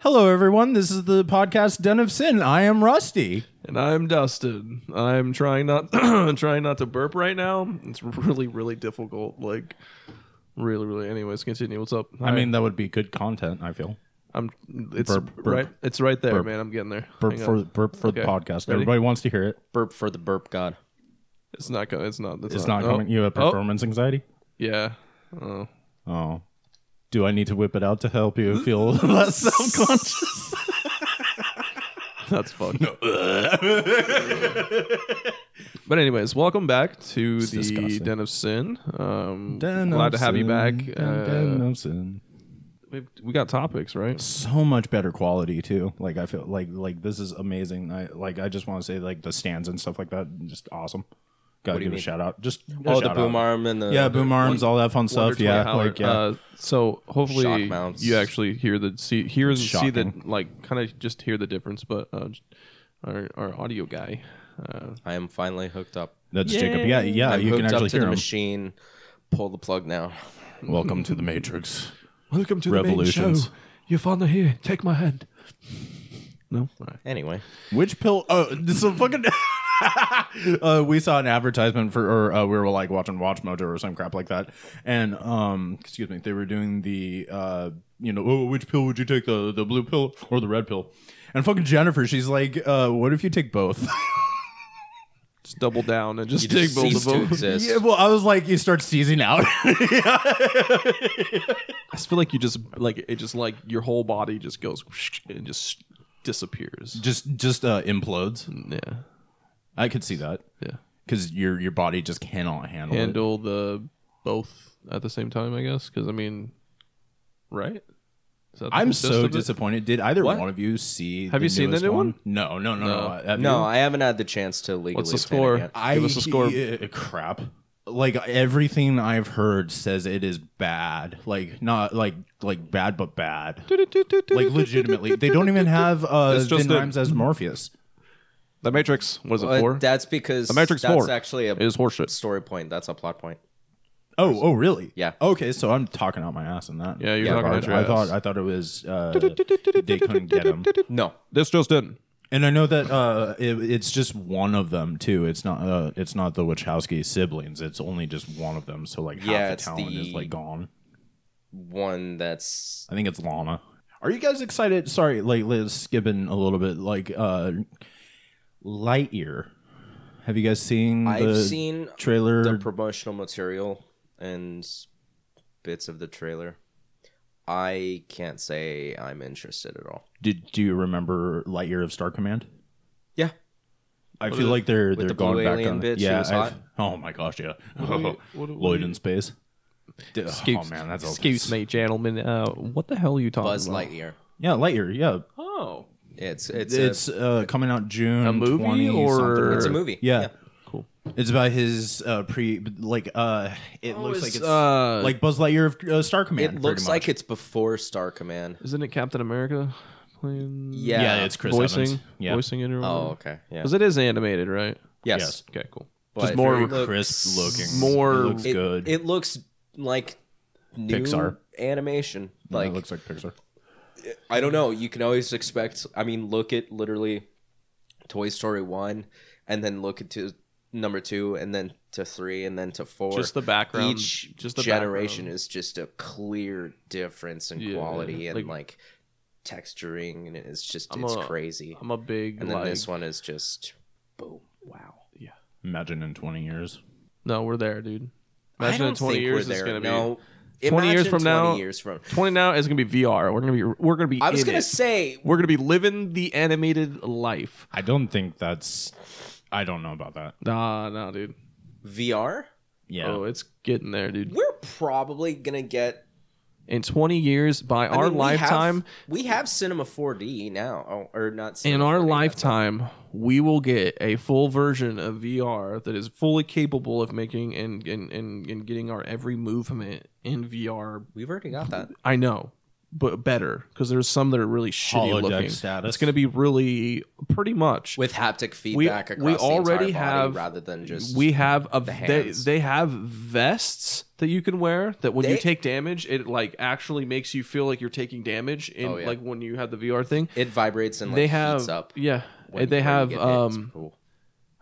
Hello, everyone. This is the podcast Den of Sin. I am Rusty. And I'm Dustin. I'm trying not trying not to burp right now. It's really really difficult. Like really really. Anyways, continue. What's up? I mean, that would be good content. I feel I'm it's Burp, burp. right it's right there, Burp. man. I'm getting there. burp Hang for on. burp for the Okay. podcast. Ready? Everybody wants to hear it. Burp for the burp god. It's not going. It's not. It's not oh, coming. You have oh, performance anxiety. yeah. Oh. Oh, do I need to whip it out to help you feel less self-conscious? That's fun. but anyways, welcome back to It's the disgusting. Den of Sin. Um, Den glad of to have you Sin, back. den- den Uh, of Sin. we we got topics, right? so much better quality too. Like I feel like like this is amazing. I like I just want to say like the stands and stuff like that, just awesome. Gotta do give you a mean? shout out. Just a Oh, the shout boom out. arm and the Yeah, boom arms, all that fun uh, Wonder stuff. Yeah, 20 like yeah. Uh, so hopefully Shock mounts. you actually hear the see hear and see the shocking. like kind of just hear the difference. But uh, j- our our audio guy, uh, I am finally hooked up. That's Jacob. Yeah, yeah. I'm you hooked can up actually to hear the him. machine. Pull the plug now. Welcome to the Matrix. welcome to the main Revolutions. show. Your father here. Take my hand. No, All right. Anyway, Which pill? Oh, this is a fucking. uh, we saw an advertisement for, or uh, we were like watching Watch Mojo or some crap like that, and um, excuse me, they were doing the, uh, you know, oh, which pill would you take, the the blue pill or the red pill? And fucking Jennifer, she's like, uh, what if you take both? just double down and just, you take just both of cease to them. exist. yeah, well, I was like, you start seizing out. I just feel like you just like it just like your whole body just goes and just disappears. just, just uh, implodes. Yeah, I could see that yeah. because your your body just cannot handle, it. Handle the both at the same time, I guess. Because I mean, right? Is that the I'm gist so of it? disappointed. Did either What? one of you see? Have you seen the newest new one? No, no, no, no. No. Uh, have No, you? I haven't had the chance to legally. What's the obtain it score? yet. I Give us a score. uh, crap. Like everything I've heard says it is bad. Like not like like bad, but bad. Like legitimately, they don't even have uh, That's just Vin it. Rhymes as Morpheus. The Matrix. What is But it for? Uh, that's because the Matrix that's four actually a is horseshit. story point. That's a plot point. Oh, oh, really? Yeah. Okay, so I'm talking out my ass in that. Yeah, you're Yeah, talking I, out your I ass. thought I thought it was uh, they couldn't get him. No, This just in. And I know that uh, it, it's just one of them too. It's not uh, it's not the Wachowski siblings. It's only just one of them. So like half Yeah, the it's talent is the- like gone. one that's I think it's Lana. Are you guys excited? Sorry, like Liz skipping a little bit. Like uh, Lightyear. Have you guys seen? I've the seen trailer. the promotional material and bits of the trailer. I can't say I'm interested at all. Did do you remember Lightyear of Star Command? Yeah, I feel like they're they're the going blue back alien on. bitch who yeah. was I've- hot? oh my gosh. Yeah. what do Lloyd we- in space. D- oh man, that's a- excuse me, gentlemen. Uh, what the hell are you Oh, talking Buzz about? Lightyear. Yeah, Lightyear. Yeah, Oh, It's it's it's it's uh, coming out June. A movie 20 or- something. a, it's a movie. Yeah. cool. It's about his uh, pre like uh it looks it's, like it's Oh, uh, like Buzz Lightyear of uh, Star it Command. looks pretty much. like it's before Star Command. Isn't it Captain America playing? Yeah. yeah, it's Chris voicing, Evans. Yeah. voicing it or whatever? Oh, okay. Yeah. Because it is animated, right? yes. yes. Okay, cool. But Just more it looks- crisp looking. more- It looks It, good. it looks like new Pixar. animation. Yeah, Like it looks like Pixar. I don't know. You can always expect. I mean, look at literally Toy Story one, and then look at two, number two, and then to three, and then to four. Just the background. Each just the generation background. is just a clear difference in Yeah, quality and like- like, texturing, and it's just I'm it's a- crazy. I'm a big and then like. this one is just boom, wow. Imagine in twenty years. No, we're there, dude. I Imagine in don't 20 think years we're it's there. gonna be. no. 20 years Imagine from now- 20 years from. 20 now is gonna be VR. We're gonna be. We're gonna be. I was in gonna it. say We're gonna be living the animated life. I don't think that's. I don't know about that. Nah, nah, dude. VR. Yeah. Oh, it's getting there, dude. We're probably gonna get In 20 years, by I our mean, we have- lifetime, We have, cinema 4D now, oh, or not? in Cinema our 4D, lifetime, we will get a full version of VR that is fully capable of making and and, and, and getting our every movement in VR. We've already got that. I know. but better because there's some that are really shitty Holodeck looking. status. It's going to be really pretty much with haptic feedback across we the entire already body have- rather than just we have a they, hands. they have vests that you can wear that when you They- take damage it like actually makes you feel like you're taking damage in Oh, yeah. like when you have the VR thing. it vibrates and like, they have heats up. yeah when- they when you have get hit. It's um cool.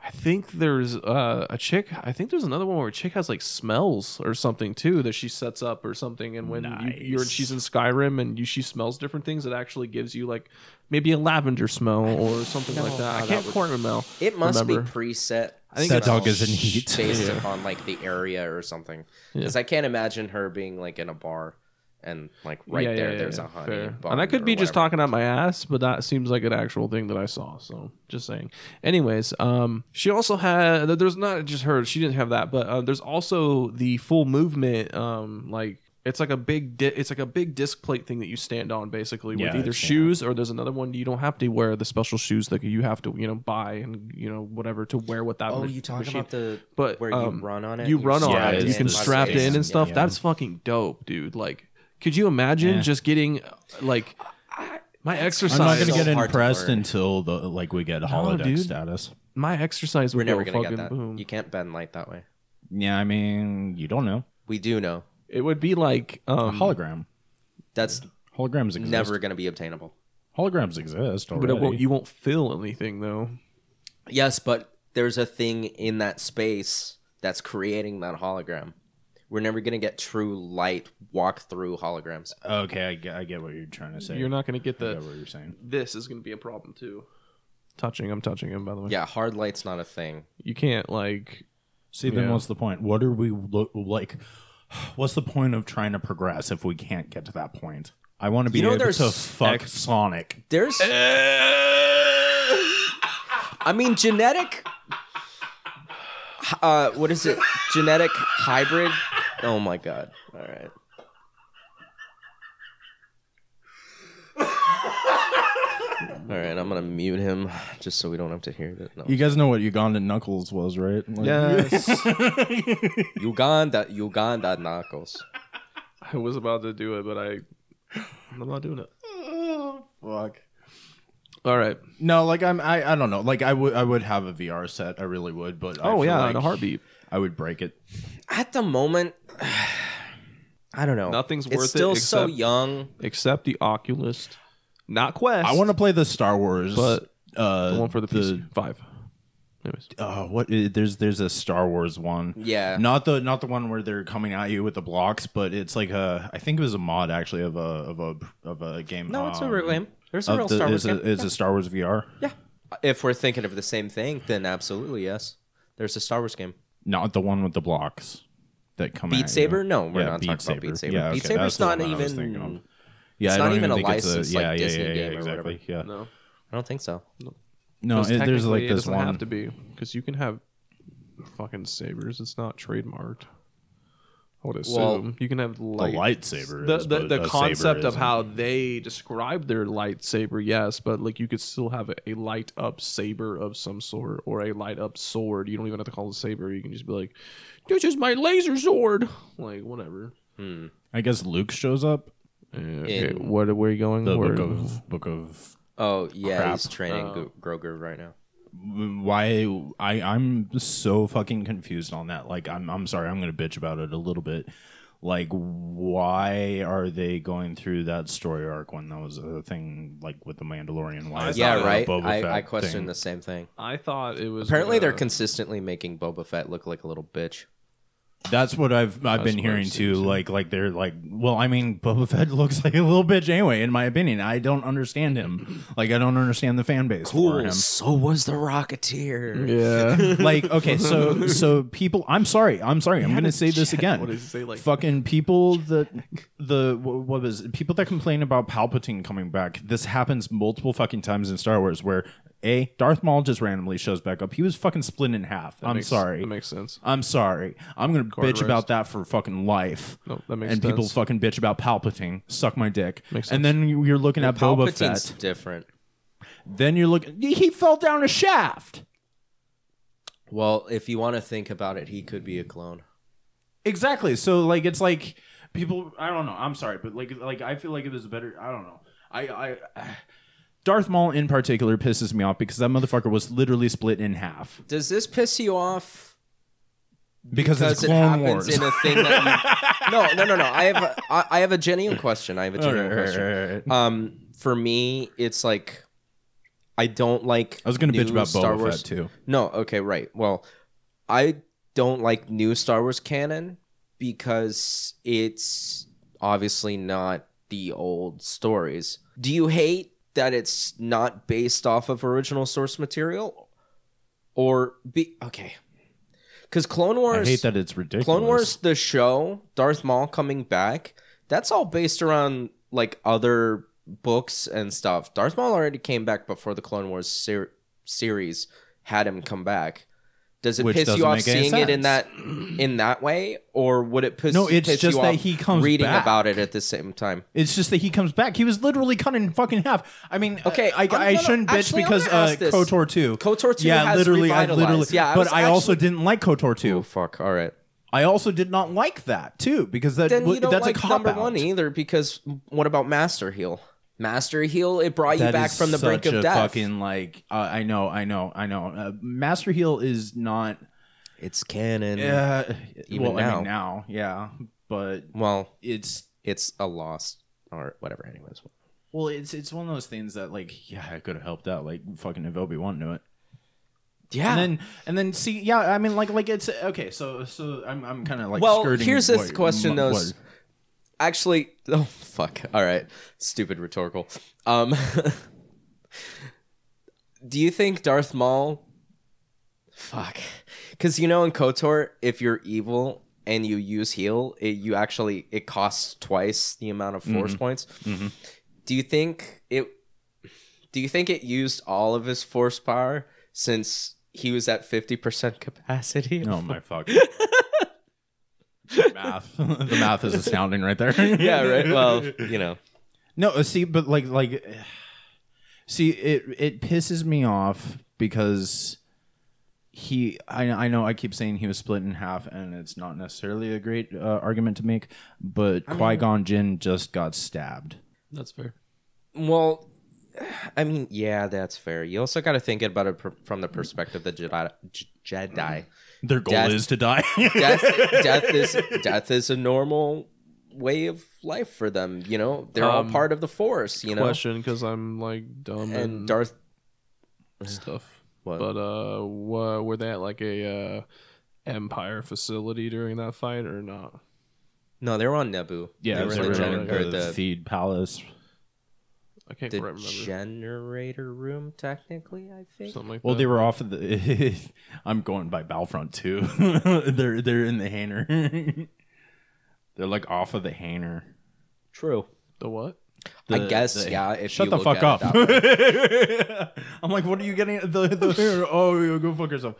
I think there's uh, a chick. I think there's another one where a chick has like smells or something too that she sets up or something. And when you, you're Nice. she's in Skyrim and you she smells different things, it actually gives you like maybe a lavender smell or something like that. I can't quite remember. It must remember. be preset. I think That it's- dog is in heat. based Yeah. upon like the area or something. Because I can't imagine her being like in a bar and like right Yeah, there, yeah, there's yeah, a honey. fair. bun And I could or be just whatever. talking out my ass, but that seems like an actual thing that I saw. So just saying. Anyways, um, she also had. There's not just her. She didn't have that, but uh, there's also the full movement. Um, like it's like a big. Di- it's like a big disc plate thing that you stand on, basically, with Yeah, I've either seen shoes or there's another one you don't have to wear the special shoes that you have to you know buy and you know whatever to wear with that. Oh, mach- you talking machine about the but where um, you run on it? You and run on Yeah, it. it's You can the strap it space. in and stuff. Yeah. That's fucking dope, dude. Like, could you imagine Yeah. just getting uh, like my I'm not exercise? gonna so get hard to impressed learn. until the like we get holodeck dude. status. my exercise We're would never go gonna Oh, fucking get that. boom. You can't bend light that way. Yeah, I mean, you don't know. We do know It would be like A um, hologram. that's Holograms exist. never gonna be obtainable. Holograms exist but already. it won't, you won't feel anything though. Yes, but there's a thing in that space that's creating that hologram. We're never gonna get true light walk through holograms. okay, I get, I get what you're trying to say. You're not gonna get I get the. what you're saying. This is gonna be a problem too. Touching, I'm touching him. By the way, Yeah, hard light's not a thing. you can't like. See, then Yeah. what's the point? What are we lo- like? What's the point of trying to progress if we can't get to that point? I want to be You know, able there's to fuck ex- Sonic. There's. I mean, genetic. Uh, what is it? Genetic hybrid. Oh my god! All right. All right, I'm gonna mute him just so we don't have to hear that. No. You guys know what Ugandan Knuckles was, right? Like- Uganda, Uganda knuckles. I was about to do it, but I. I'm not doing it. Oh, fuck. All right. No, like I'm, I, I don't know. Like I would, I would have a VR set. I really would, but I Oh feel yeah, like in a heartbeat. I would break it. At the moment, I don't know. Nothing's it's worth it still so except- young. except the Oculus, not Quest. I want to play the Star Wars, But uh, the one for the, PC five. Anyways, uh, what is, there's there's a Star Wars one. Yeah. Not the not the one where they're coming at you with the blocks, but it's like a I think it was a mod actually of a of a of a game. No, it's a um, real game. There's a of real the- Star Wars is game. a, is a Star Wars VR. Yeah. If we're thinking of the same thing, then absolutely yes. There's a Star Wars game. Not the one with the blocks that come at Beat you. Saber? No, we're Oh, Yeah, not talking about Beat Saber. Yeah, Beat okay, that's Saber's the not one I was thinking even. of. Yeah, it's I not don't even a think it's licensed, yeah, like, yeah, Disney yeah, yeah, game or exactly. Yeah. no, I don't think so. No, it, there's like it this doesn't one. have to be because you can have fucking sabers. It's not trademarked. I would assume Well, you can have the light. lightsaber. The is, the, but the a saber concept of isn't. how they describe their lightsaber, yes, but like you could still have a, a light up saber of some sort or a light up sword. You don't even have to call it a saber. You can just be like, "This is my laser sword." Like whatever. Hmm. I guess Luke shows up. Yeah, okay, In what where are you going? The Where- book of book of Oh yeah, Crap. he's training Gro- Grogu right now. why I I'm so fucking confused on that. Like I'm I'm sorry, I'm gonna bitch about it a little bit. Like why are they going through that story arc when that was a thing like with the Mandalorian? Why is that Yeah, a right. Boba Fett I, I questioned thing? the same thing. I thought it was Apparently, they're gonna- consistently making Boba Fett look like a little bitch. That's what I've I've been what I've hearing seen, too. Like like they're like well, I mean Boba Fett looks like a little bitch anyway. In my opinion, I don't understand him. Like I don't understand the fan base for him. So was the Rocketeer. yeah. like okay so so people i'm sorry i'm sorry i'm gonna say this jet- again what does it say, like- fucking people that the wh- what was it? people that complain about palpatine coming back this happens multiple fucking times in star wars where a darth maul just randomly shows back up he was fucking split in half i'm Makes- sorry That makes sense. i'm sorry i'm gonna bitch roast. about that for fucking life No, that makes and people sense. fucking bitch about palpatine suck my dick Makes and then you- you're looking at boba Palpatine's fett different. then you're looking he fell down a shaft Well, if you want to think about it, he could be a clone. Exactly. So like it's like people. I don't know. I'm sorry, but like like I feel like it was better. I don't know. I I. Darth Maul in particular pisses me off because that motherfucker was literally split in half Does this piss you off because, because it's it Clone happens Wars. in a thing that you... No, no, no, no. I have a, I, I have a genuine question. I have a All right, genuine all right, question. all right. Um, for me, it's like I don't like. I was gonna bitch new about Star Boba Wars. Fett too. No, okay, right. Well, I don't like new Star Wars canon because it's obviously not the old stories. Do you hate that it's not based off of original source material? Or be okay. Cuz Clone I Wars hate that it's ridiculous. Clone Wars the show, Darth Maul coming back, that's all based around like other books and stuff. Darth Maul already came back before the Clone Wars ser- series had him come back. Does it Which piss doesn't you off make any seeing it in sense. that in that way, or would it piss? No, it's piss just you that off he comes reading back. about it at the same time. It's just that he comes back. He was literally cut in fucking half. I mean, uh, Okay, I, I, I'm gonna- I shouldn't bitch actually, I'm because gonna ask uh, this. KOTOR two. KOTOR 2 Yeah, has literally, I revitalized. literally. Yeah, I but was I also actually- didn't like KOTOR two. Oh fuck! All right, I also did not like that too because that then w- you don't that's like a cop number out. one either. Because what about Master Heal? Master Heal, it brought you That back is from the brink such of a death. Fucking like uh, I know, I know, I know. Uh, Master Heal is not. It's canon. Uh, Even well, I now. mean now, yeah, but Well, it's it's a loss or whatever. Anyways, well, it's it's one of those things that like yeah, I could have helped out like fucking if Obi Wan knew it. yeah. And then and then see, yeah, I mean like like it's okay. So so I'm I'm kind of like well, skirting here's this what- question what- though. what- Actually, oh fuck. All right, stupid rhetorical. Um, do you think Darth Maul? Fuck, because you know in Kotor, if you're evil and you use heal, it you actually it costs twice the amount of force points. Mhm. Do you think it? Do you think it used all of his force power since he was at fifty percent capacity? Oh my fuck. math. the math is astounding right there. yeah, right. Well, you know. No, uh, see, but like, like, see, it it pisses me off because he, I, I know, I keep saying he was split in half, and it's not necessarily a great uh, argument to make, but Qui Gon Jinn just got stabbed. That's fair. Well, I mean, yeah, that's fair. You also got to think about it pr- from the perspective of the Jedi. J- Jedi. Their goal Death- is to die. Death, death is death is a normal way of life for them. You know, they're all Um, part of the Force. You know, Question, uh, because I'm like dumb and, and Darth. stuff. What? But uh, wha- were they at like a uh, Empire facility during that fight or not? No, they were on Nebu. yeah, they they were in the, were gen- in generator, or the, the, feed palace. I can't the quite remember. generator room, technically. I think. Something like Well, that. they were off of the. I'm going by Battlefront too. they're they're in the hangar. they're like off of the hangar. True. the what? I The- guess. the- yeah. If Shut you the look fuck at it up. that way. I'm like, what are you getting at the, the hair? Oh, yeah, go fuck yourself.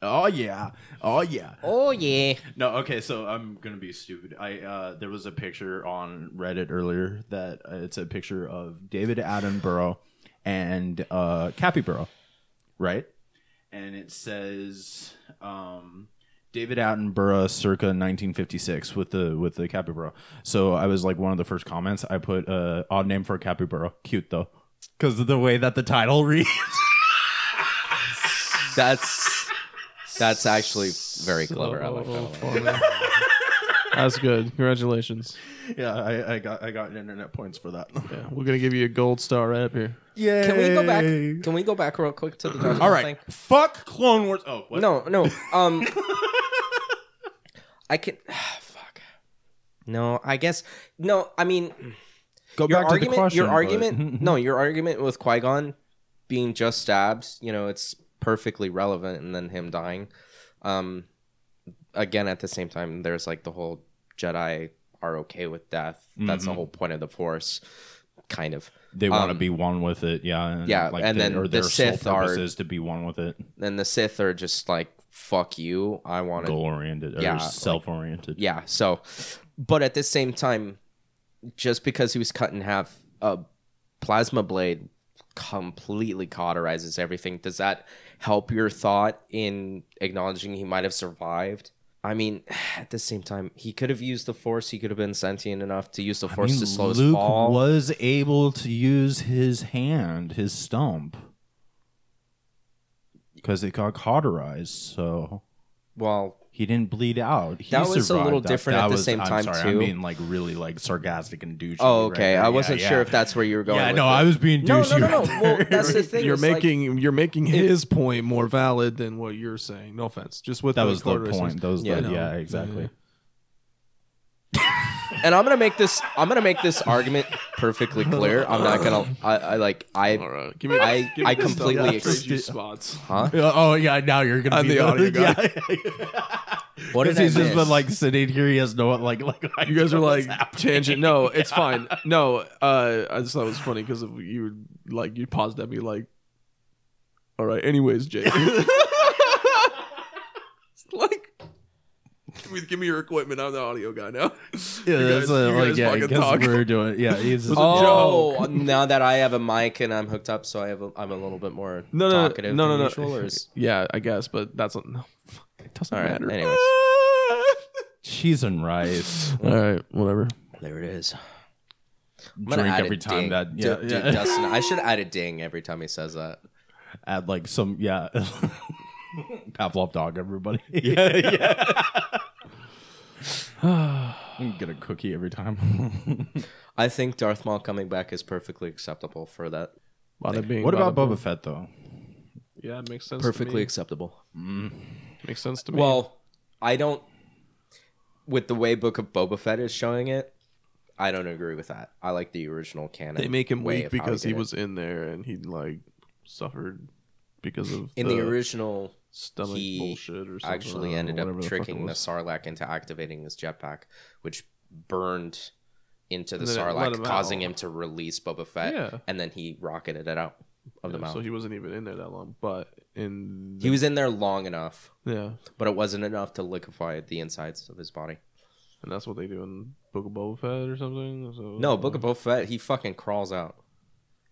Oh yeah. Oh yeah. oh yeah. No, okay, so I'm going to be stupid. I uh there was a picture on Reddit earlier that uh, it's a picture of David Attenborough and uh Capybara, right? And it says um David Attenborough circa 1956 with the with the capybara. So I was like one of the first comments I put uh odd name for a capybara, cute though. Cuz of the way that the title reads. That's that's actually very clever. I like that. So funny. That's good. Congratulations. yeah, I, I got I got internet points for that. Yeah, we're gonna give you a gold star right up here. Yeah. Can we go back? Can we go back real quick to the Darth All Maul right. thing? Fuck Clone Wars. Oh, what? No, no. Um, I can. fuck. No, I guess. No, I mean Go your back argument. to the question. your but- argument. no, your argument with Qui Gon being just stabbed. You know, it's perfectly relevant, and then him dying. Um, again, at the same time, there's like the whole Jedi are okay with death. That's the Mhm. whole point of the Force, kind of. They want to um, be one with it. Yeah. And yeah, and then the Sith are- is to be one with it, And the Sith are just like, "Fuck you! I want to goal oriented or Yeah, like- self oriented. yeah so but at the same time just because he was cut in half a plasma blade completely cauterizes everything does that help your thought in acknowledging he might have survived I mean, at the same time, he could have used the force. He could have been sentient enough to use the I force mean, to slow his Luke fall. was able to use his hand, his stump, because it got cauterized, so Well, he didn't bleed out. He That was a survived little that. different That at the was- same I'm time, sorry, too. I'm being like really like sarcastic and douchey. oh, right okay. there. I Yeah, wasn't yeah. sure if that's where you were going. Yeah, with no, it. I was being No, douchey. no, no, no. right Well, there. that's the thing. You're is, like, making you're making his point more valid than what you're saying. No offense. Just with that was the Carter point. Those, Yeah, yeah, no. yeah, exactly. and I'm gonna make this. I'm gonna make this argument perfectly clear. I'm not gonna. I, I like. All I. right, give me. I- give me I this stuff. completely I'll trade you ex- spots. Huh? Yeah, Oh yeah, now you're gonna I'm be the audio guy. What did Because I he's just miss? been like sitting here. He has no like like. You guys are like tangent. No, it's fine. No, uh, I just thought it was funny because you were like you paused at me like, all right. Anyways, Jake. It's like, give me, give me your equipment. I'm the audio guy now. Yeah, You that's guys- what, you like guys yeah, fucking because talk. we're doing yeah. He's just, a Oh, joke. now that I have a mic and I'm hooked up, so I have a, I'm a little bit more No, no, no, talkative no, than no, usual. Or no. is, Yeah, I guess, but that's not, no. fuck, It doesn't All right, matter. anyways. cheese and rice. all right, whatever. there it is. I'm gonna Drink add a every time ding. that D- yeah, dude, yeah. Dustin, I should add a ding every time he says that. add like some yeah. Pavlov dog, everybody. Yeah, yeah. I'm gonna get a cookie every time. I think Darth Maul coming back is perfectly acceptable for that. Bada bing, what bada about Boba Fett though? boom. Yeah, it makes sense. Perfectly to acceptable. Mm. me. makes sense to me. Well, I don't. With the way Book of Boba Fett is showing it, I don't agree with that. I like the original canon. they make him way weak of how because did he it. was in there and he like suffered because of in the, original. stomach he bullshit or something. I Actually, don't ended know, whatever up the fuck it tricking the, was. Sarlacc into activating his jetpack, which burned into the And then it let Sarlacc, him causing out. him to release Boba Fett, Yeah. and then he rocketed it out of the Yeah, mouth. so he, he wasn't even in there that long, but in the, was in there long enough, yeah, but it wasn't enough to liquefy the insides of his body. and that's what they do in Book of Boba Fett or something. So No, Book of Boba Fett, he fucking crawls out.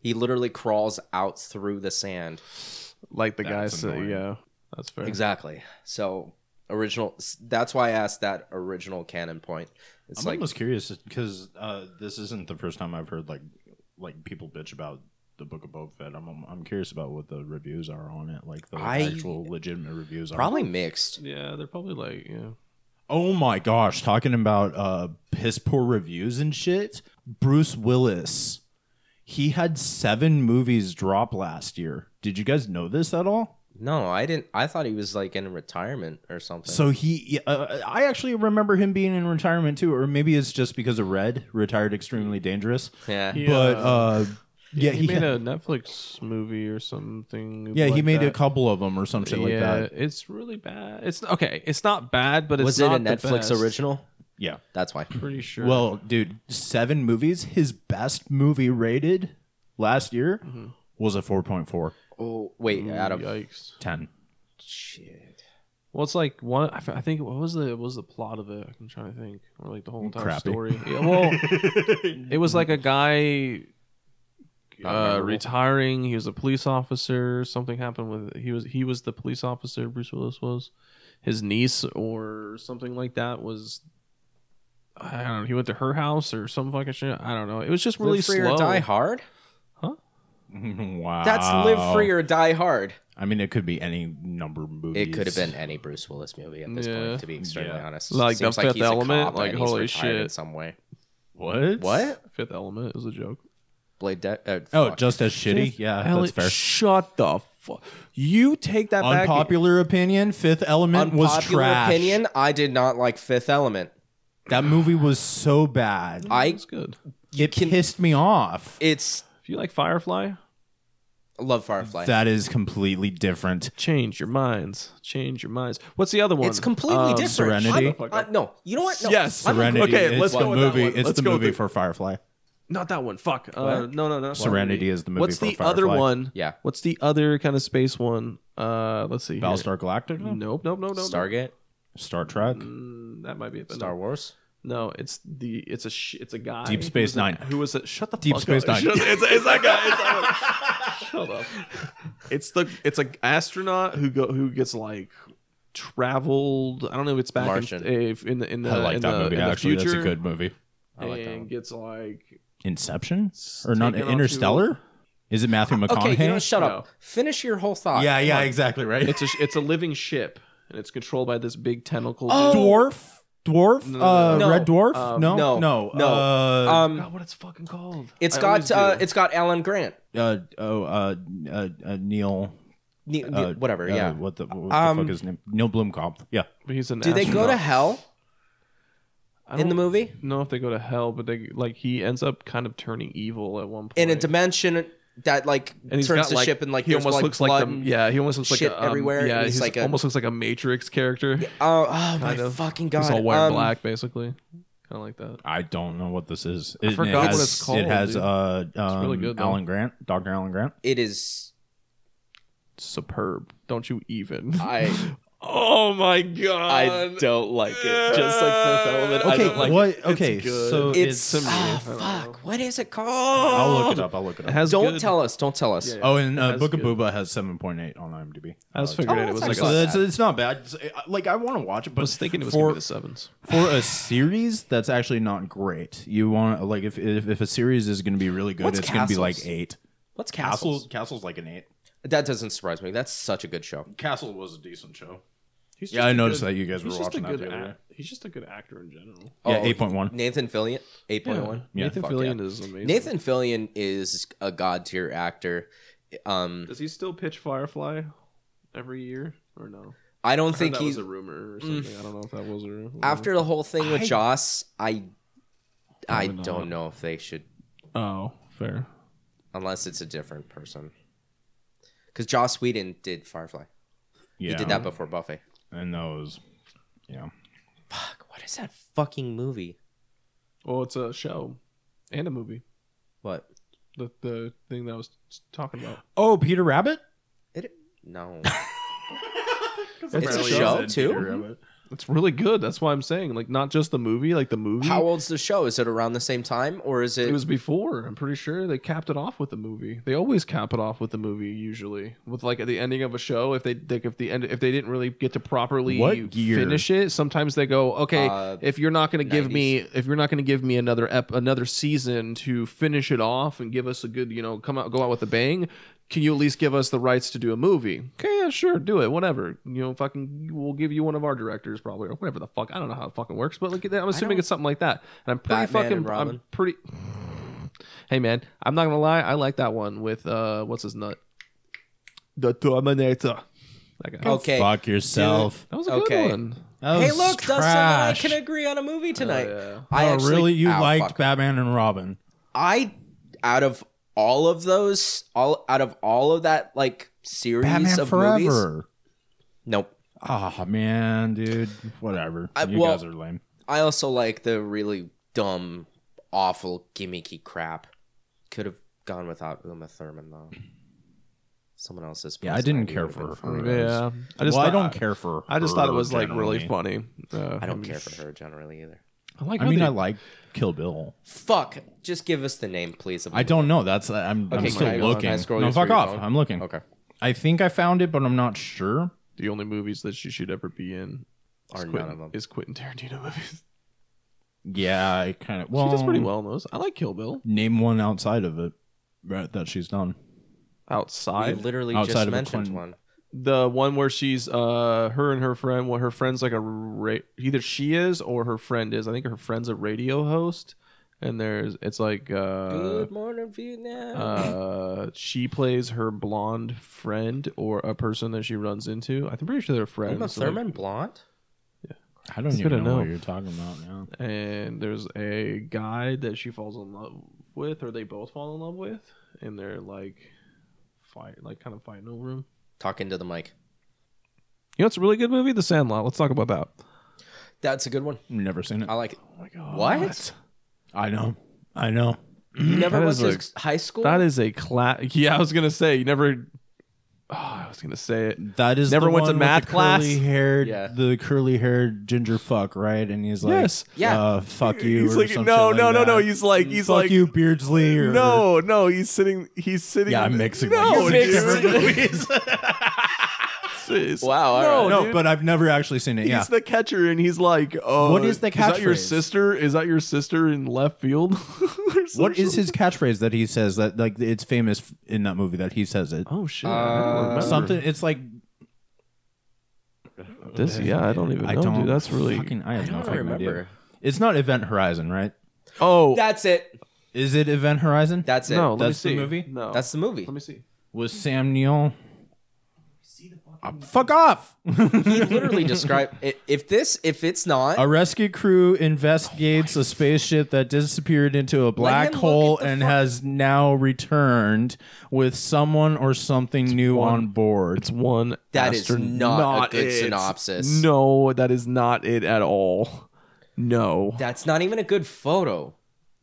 He literally crawls out through the sand. like the guy That's said, annoying. yeah, that's fair. Exactly. So original. s- That's why I asked that original canon point. It's I'm like almost curious because uh, this isn't the first time I've heard like like people bitch about the Book of Boba Fett. I'm I'm curious about what the reviews are on it, like the I- actual legitimate reviews. are. probably mixed. Yeah, they're probably like yeah. Oh my gosh, talking about uh piss poor reviews and shit. Bruce Willis. He had 7 movies drop last year. Did you guys know this at all? No, I didn't. I thought he was like in retirement or something. So he uh, I actually remember him being in retirement too or maybe it's just because of Red, retired extremely dangerous. yeah, He- But Yeah. uh yeah, he, he made had- a Netflix movie or something. yeah, he like made a that. couple of them or some shit like that. it's really bad. It's okay. It's not bad, but it's was it a not the Netflix best. original? Yeah. That's why. Pretty sure. Well, dude, 7 movies, his best movie rated last year Mm-hmm. was a 4.4 Oh wait, Mm, Ooh, out of yikes. 10. shit. Well, it's like one. I f- I think what was the what was the plot of it? I'm trying to think, or like the whole entire Crappy. story. Yeah, well, it was like a guy Not uh, memorable. retiring. He was a police officer. Something happened with he was he was the police officer. Bruce Willis was his niece or something like that was. I don't know. He went to her house or some fucking shit. I don't know. It was just really Live free slow. or die hard. wow. That's live free or die hard. I mean, it could be any number of movies. It could have been any Bruce Willis movie at this Yeah. point, to be extremely Yeah. honest. Like The Seems Fifth he's a Element, cop like, and he's holy retired in shit. some way. What? What? Fifth Element is a joke. Blade Deck. Uh, Oh, fuck. just as shitty. Fifth Yeah, Ele- that's fair. Shut the fuck. You take that back. Unpopular opinion. Fifth Element was unpopular trash. opinion. I did not like Fifth Element. That movie was so bad. I It's good. It pissed me off. it's If you like Firefly, love Firefly. That is completely different. change your minds. Change your minds. What's the other one? it's completely Um, different. Serenity? I'm- uh, no, you know what? No, Yes, I'm Serenity. agree- Okay, it's let's the go with that movie. one. It's Let's the go with movie it. for Firefly. Not that one. Fuck. Uh, no, no, no. Serenity is the movie What's for the Firefly. other one? Yeah. What's the other kind of space one? Uh, let's see. here. Battlestar Galactica? Nope, nope, nope, nope. nope. Stargate, Star Trek? Mm, that might be it. but Star no. Wars. No, it's the it's a sh- it's a guy. Deep Space who was a- Nine. who was it? Shut the Deep fuck Space up. Nine. Shut- It's, it's that guy. It's that one. Shut up. It's the it's an astronaut who go who gets like traveled. I don't know if it's back Martian. In, if, in the in the I like in that the, movie. in the Actually, future, that's a good movie. I like that and one. gets like Inception or not taken onto- Interstellar? Is it Matthew Okay, McConaughey? you know, shut No. up. Finish your whole thought. yeah, yeah, Come on. exactly right. It's a sh- it's a living ship and it's controlled by this big tentacle. Oh, dude. dwarf, dwarf, No, no, uh, no. red dwarf. Um, no, no, no, no. Uh, God, Um, what it's fucking called? it's I got always uh, do. it's got Alan Grant, uh, oh, uh, uh, uh, Neil. Ne- ne- Uh, whatever. uh, yeah. What the, what Um, the fuck is his name? Neil Blomkamp. Yeah. But he's an Do they go to astronaut. hell I in don't the movie? Know if they go to hell, but they like he ends up kind of turning evil at one point. In a dimension that like and he's turns got, the like, ship and like he there's, almost like, looks blood like the, and- yeah he almost looks like shit a, um, everywhere, yeah and he's, he's like like a- almost looks like a Matrix character Oh, oh my Kind of. fucking god! he's all wearing Um, black basically kind of like that I don't know what this is. I forgot has, what it's called, It has dude. uh, um, really good, though. Alan Grant, Doctor Alan Grant. It is. superb don't you even I oh my god I don't like it. Just like Fifth Element, I Okay, don't like. it. what? it. It's Okay, good. so It's, it's. ah, I don't fuck. know. What is it called? I'll look it up. I'll look it It up. has Don't good- tell us. Don't tell us. Yeah, oh, and It uh, has Book of good- Booba has seven point eight on IMDb. I was Uh, figuring Oh, it was that's like so a, actually- that's, it's not bad. It's, uh, like I want to watch it, I but was thinking it was for gonna be the sevens for a series that's actually not great. You want like if if, if a series is going to be really good, What's it's going to be like Castles? eight. What's Castles. castles? Castles like an eight. That doesn't surprise me. That's such a good show. Castle was a decent show. he's Yeah, I noticed that you guys were he's just a watching that good the other day. act- he's just a good actor in general Yeah, Oh, eight point one. Nathan Fillion, eight point one. Yeah, Nathan fuck Fillion is amazing Nathan Fillion is a god tier actor. Um, does he still pitch Firefly every year or no I don't I heard think that he's was a rumor or something I don't know if that was a rumor after the whole thing with I- Joss. I I Probably not. don't know if they should oh fair unless it's a different person. Because Joss Whedon did Firefly. Yeah, He did that before Buffy. and that was yeah. Fuck! What is that fucking movie? Well, it's a show and a movie. What? The the thing that I was talking about. Oh, Peter Rabbit. It no. It's a show, too? It's really good. That's why I'm saying, like, not just the movie, like the movie. How old's the show? Is it around the same time or is it? it was before. I'm pretty sure they capped it off with the movie. They always cap it off with the movie, usually with like at the ending of a show. If they like, if the end, if they didn't really get to properly What year? finish it, sometimes they go, okay, Uh, if you're not going to give me, if you're not going to give me another ep, another season to finish it off and give us a good, you know, come out, go out with a bang. Can you at least give us the rights to do a movie? Okay, yeah, sure, do it. Whatever, you know, fucking, we'll give you one of our directors probably or whatever the fuck. I don't know how it fucking works, but like, I'm assuming don't- it's something like that. And I'm pretty Batman and fucking, I'm Robin. pretty. Hey man, I'm not gonna lie, I like that one with uh, what's his nut? The Terminator. That guy. okay. Fuck yourself. That was a good Oh, Okay. one. That Hey, was look, Dustin and I trash. can agree on a movie tonight. yeah. I oh, actually, really? You ow, liked fuck. Batman and Robin? I out of all of those, all out of all of that like series Batman of Forever. movies. Nope. Ah man, dude. Whatever. I- you well- guys are lame. I also like the really dumb, awful, gimmicky crap. Could have gone without Uma Thurman though. Someone else's. Yeah, I didn't personality care would've been for fun. her. Yeah, I just well, I don't thought- care for. I just thought it was like really generally. funny. Uh, I don't mean, care for her generally either. I like. I how mean, they- I like Kill Bill. Fuck. Just give us the name, please. Of I don't know. That's I'm, I'm Okay, still can I- looking. can I scroll no, you fuck through your off. phone? I'm looking. Okay. I think I found it, but I'm not sure. the only movies that she should ever be in is Are none Quentin, of them. is Quentin Tarantino movies. Yeah, I kind of. Well, she does pretty well in those. I like Kill Bill. Name one outside of it right, that she's done. I Outside literally Outside just of a mentioned Quentin- one. the one where she's uh her and her friend well her friend's like a ra- either she is or her friend is I think her friend's a radio host and there's it's like uh Good morning, Vietnam. uh she plays her blonde friend or a person that she runs into I'm pretty sure they're friends Uma so, like, Thurman, blonde. I don't It's good even to know, what know. you're talking about now. and there's a guy that she falls in love with or they both fall in love with and they're like fight like kind of fighting over him Talking to the mic. you know it's a really good movie The Sandlot let's talk about that That's a good one. Never seen it. I like it. oh my god What? I know. I know. You never That went is to like- s- high school? That is a class. Yeah, I was gonna say you never. Oh, I was gonna say it. That is Never the went to one with math the class? Curly haired, Yeah. the curly haired ginger fuck, right? And he's like, Yes. Yeah. uh, fuck you. He's or like, some no, shit no, like no, that. no. He's like, he's fuck like, you, Beardsley. Or, no, no. He's sitting. He's sitting. Yeah, I'm mixing. No, like, You're dude. six different movies. It's- Wow, all no, right. no, dude. but I've never actually seen it. He's Yeah. the catcher, and he's like, "Oh, What is the Is that your catchphrase? sister? Is that your sister in left field? Or some What is shit. his catchphrase that he says that like it's famous in that movie that he says it? Oh shit! Uh, I don't Something. It's like This, yeah, I don't even know, I don't. dude. That's really. Fucking, I, have I no don't fucking remember. idea. It's not Event Horizon, right? Oh That's it. Is it Event Horizon? That's it. no! Let That's the me see. movie? No, That's the movie. Let me see. was Sam Neill. Ah, fuck off! He literally described i- if this if it's not A rescue crew investigates a spaceship that disappeared into a black him look hole at the and fu- has now returned with someone or something new one- on board. It's one. That is astronaut. not a good it. synopsis. No, that is not it at all. No. that's not even a good photo.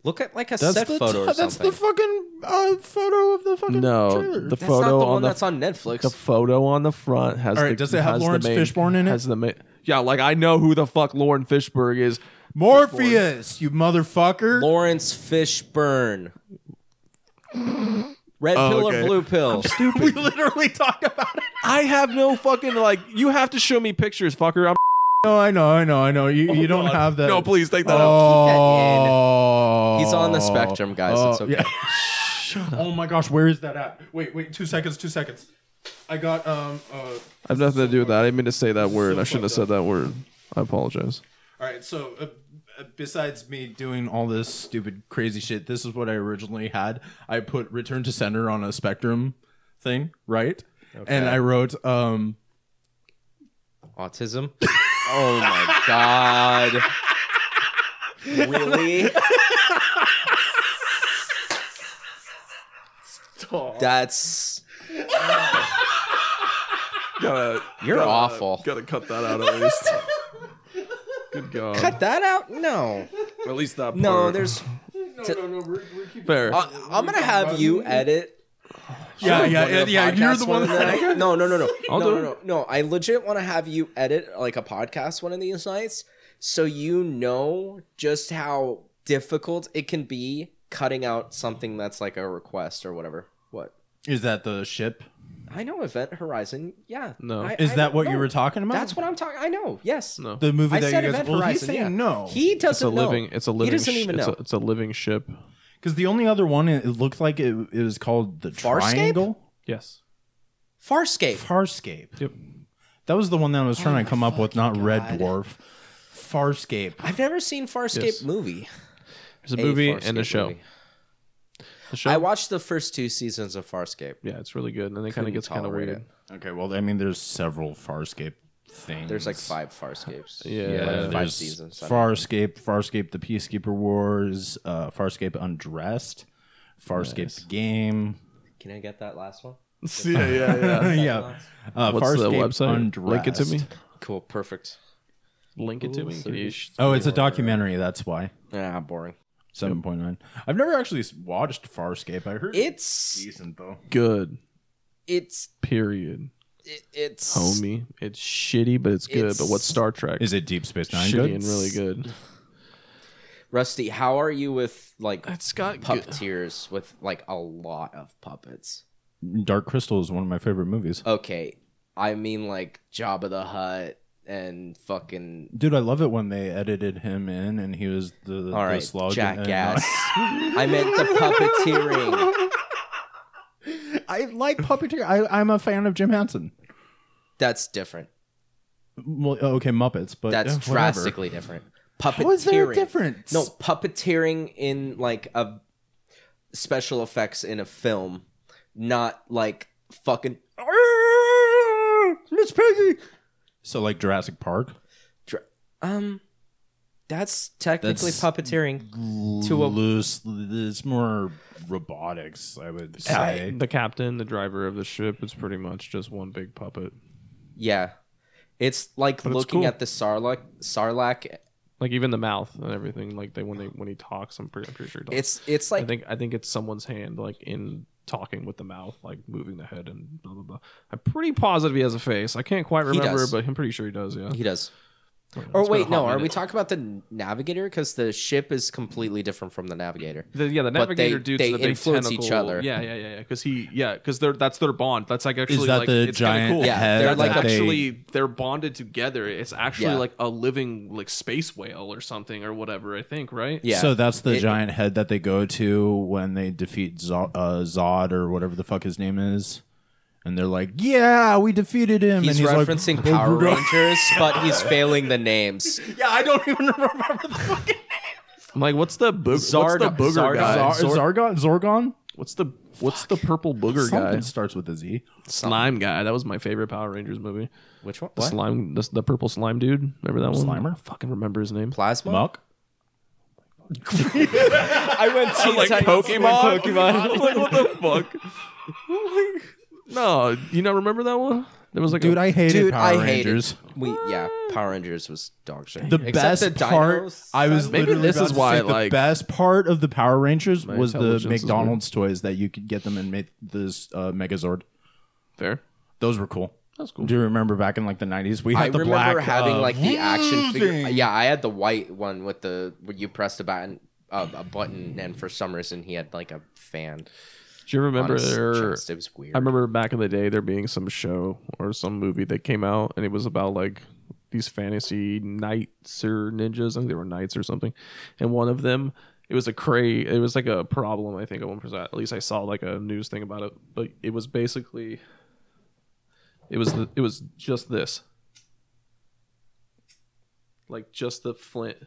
Look at like a set photo or that's something. the fucking uh, photo of the fucking No, trailer. the that's photo not the on one the that's on Netflix. The photo on the front has. All right, the, does it have has the Lawrence main- Fishburne in it? Has the ma- yeah, like I know who the fuck Lauren Fishburne is. Morpheus, you motherfucker. Lawrence Fishburne. Red pill Oh, okay. or blue pill? we literally talk about it. I have no fucking like. You have to show me pictures, fucker. I'm No, I know, I know, I know. You, Oh, you don't have that. no, please take that out. Oh, He's on the spectrum, guys. It's okay. oh my gosh, where is that at? Wait, wait, two seconds, two seconds. I got um. Uh, all I have nothing to do with that. I didn't mean to say that word. I shouldn't have said that word. I apologize. right, so uh, uh, besides me doing all this stupid crazy shit, this is what I originally had. I put return to sender on a spectrum thing, right? And I wrote um. Autism. Oh my god. really? That's Gotta, you're awful. Gotta cut that out at least. Good God. Cut that out? No. At least that part. Uh, No, there's No, Oh, no, no. We're, we're keeping. fair. I, I'm gonna have you edit. Yeah, yeah, one of yeah, the yeah. You're the podcasts one of that. the night. No, no, no, no, I'll do no, no, it. no, no. I legit want to have you edit like a podcast one of these nights, so you know just how difficult it can be cutting out something that's like a request or whatever. What Is that the ship? I know, Event Horizon. Yeah, No. I- Is I that what know. you were talking about? That's what I'm talking. I know. Yes. no. the movie I that said you guys. Event Well, Horizon. he's saying yeah. no. He It's a doesn't know. living. It's a living. doesn't sh- even it's, a, know. it's a living ship. Because the only other one, it it looked like it, it was called the Farscape? Triangle. Yes. Farscape. Farscape. Yep. That was the one that I was trying to come up with, not Red Oh God. Dwarf. Farscape. I've never seen Farscape Yes. movie. There's a movie Farscape and a show. movie. The show. I watched the first two seasons of Farscape. yeah, it's really good, and then it kind of Couldn't gets kind of tolerate weird. Okay, well, I mean, there's several Farscape things. There's like five Farscapes. Yeah. Like, Yeah, five there's seasons. I mean. Farscape, Farscape, the Peacekeeper Wars, uh, Farscape Undressed, Farscape Nice. Game. Can I get that last one? yeah, yeah, yeah. yeah. Uh, What's Farscape the website? Link Undressed. it to me. Cool, perfect. Link it to me. Can you sh- Oh, it's a documentary. That's why. Ah, boring. Seven point nine. I've never actually s- watched Farscape. I heard It's decent though. good. it's Period. it- it's Homie, it's shitty, but it's good. But what's It's- Star Trek? Is it Deep Space Nine shitty good? and really good? Rusty. How are you with like It's got puppeteers with like a lot of puppets? Dark Crystal is one of my favorite movies. Okay, I mean like Jabba the Hutt and fucking Dude, I love it when they edited him in and he was the, all the right, slug. and- and- jackass. I meant the puppeteering. I like puppeteer. I, I'm a fan of Jim Henson. That's different. Well, oh, okay, Muppets, but That's eh, whatever. drastically different. Puppeteering. How is there a difference? No, puppeteering in like a special effects in a film, not like fucking "Ah, Miss Piggy. So like Jurassic Park, Dr- Um, that's technically That's- puppeteering. to a- loose. It's more robotics, I would say. the captain, the driver of the ship, is pretty much just one big puppet. Yeah, it's like it's looking cool. at the sarlacc. Sarlacc. Like even the mouth and everything. Like they when they when he talks, I'm pretty, I'm pretty sure. He talks. It's it's I like think I think it's someone's hand, like in talking with the mouth, like moving the head and blah blah blah. I'm pretty positive he has a face. I can't quite He remember, does. but I'm pretty sure he does. Yeah, he does. Or It's been a wait, hot no, are minute. we talking about the Navigator? Because the ship is completely different from the Navigator. The, yeah, the But they- navigator dudes. they the big influence each tentacle- other. Yeah, yeah, yeah, yeah. Because he, yeah, because they're that's their bond. That's like actually that like the it's kinda giant cool. Yeah, head they're like that they- actually they're bonded together. It's actually Yeah. like a living like space whale or something or whatever. I think right. Yeah. So that's the It- giant head that they go to when they defeat Zod, uh, Zod or whatever the fuck his name is, and they're like, "Yeah, we defeated him." He's, and he's like, referencing "Bro, Power bro." Rangers, but he's failing the names. Yeah, I don't even remember the fucking I'm like, what's the boog- Zarg- what's the booger Zarg- guy? Zarg- Zor- Zargon. Zorgon. What's the what's the purple booger Something guy? starts with a Z. Slime guy. That was my favorite Power Rangers movie. Which one? The What? slime, the, the purple slime dude. Remember that one? Slimer? I fucking remember his name. Plasma. Muck. I went Teen Titans. Pokemon. like what the fuck? I'm like, no, you not remember that one? There was like Dude, a, I hated Dude, Power I hate Rangers. it. We yeah, Power Rangers was dog shit. The Except best the part. dinos. I was Maybe literally this about is to why, say like- the best part of the Power Rangers My was the intelligence is weird. McDonald's toys that you could get them and make this uh, Megazord. fair. Those were cool. That's cool. Do you remember back in like the nineties? We had I the remember black having uh, like the action figure. Yeah, I had the white one with the where you pressed a button, uh, a button, and for some reason he had like a fan. Do you remember? on his chest. It was weird. I remember back in the day there being some show or some movie that came out and it was about like these fantasy knights or ninjas. I think they were knights or something. And one of them, it was a cray. It was like a problem. I think at one percent. At least I saw like a news thing about it. But it was basically, it was the, it was just this, like just the flint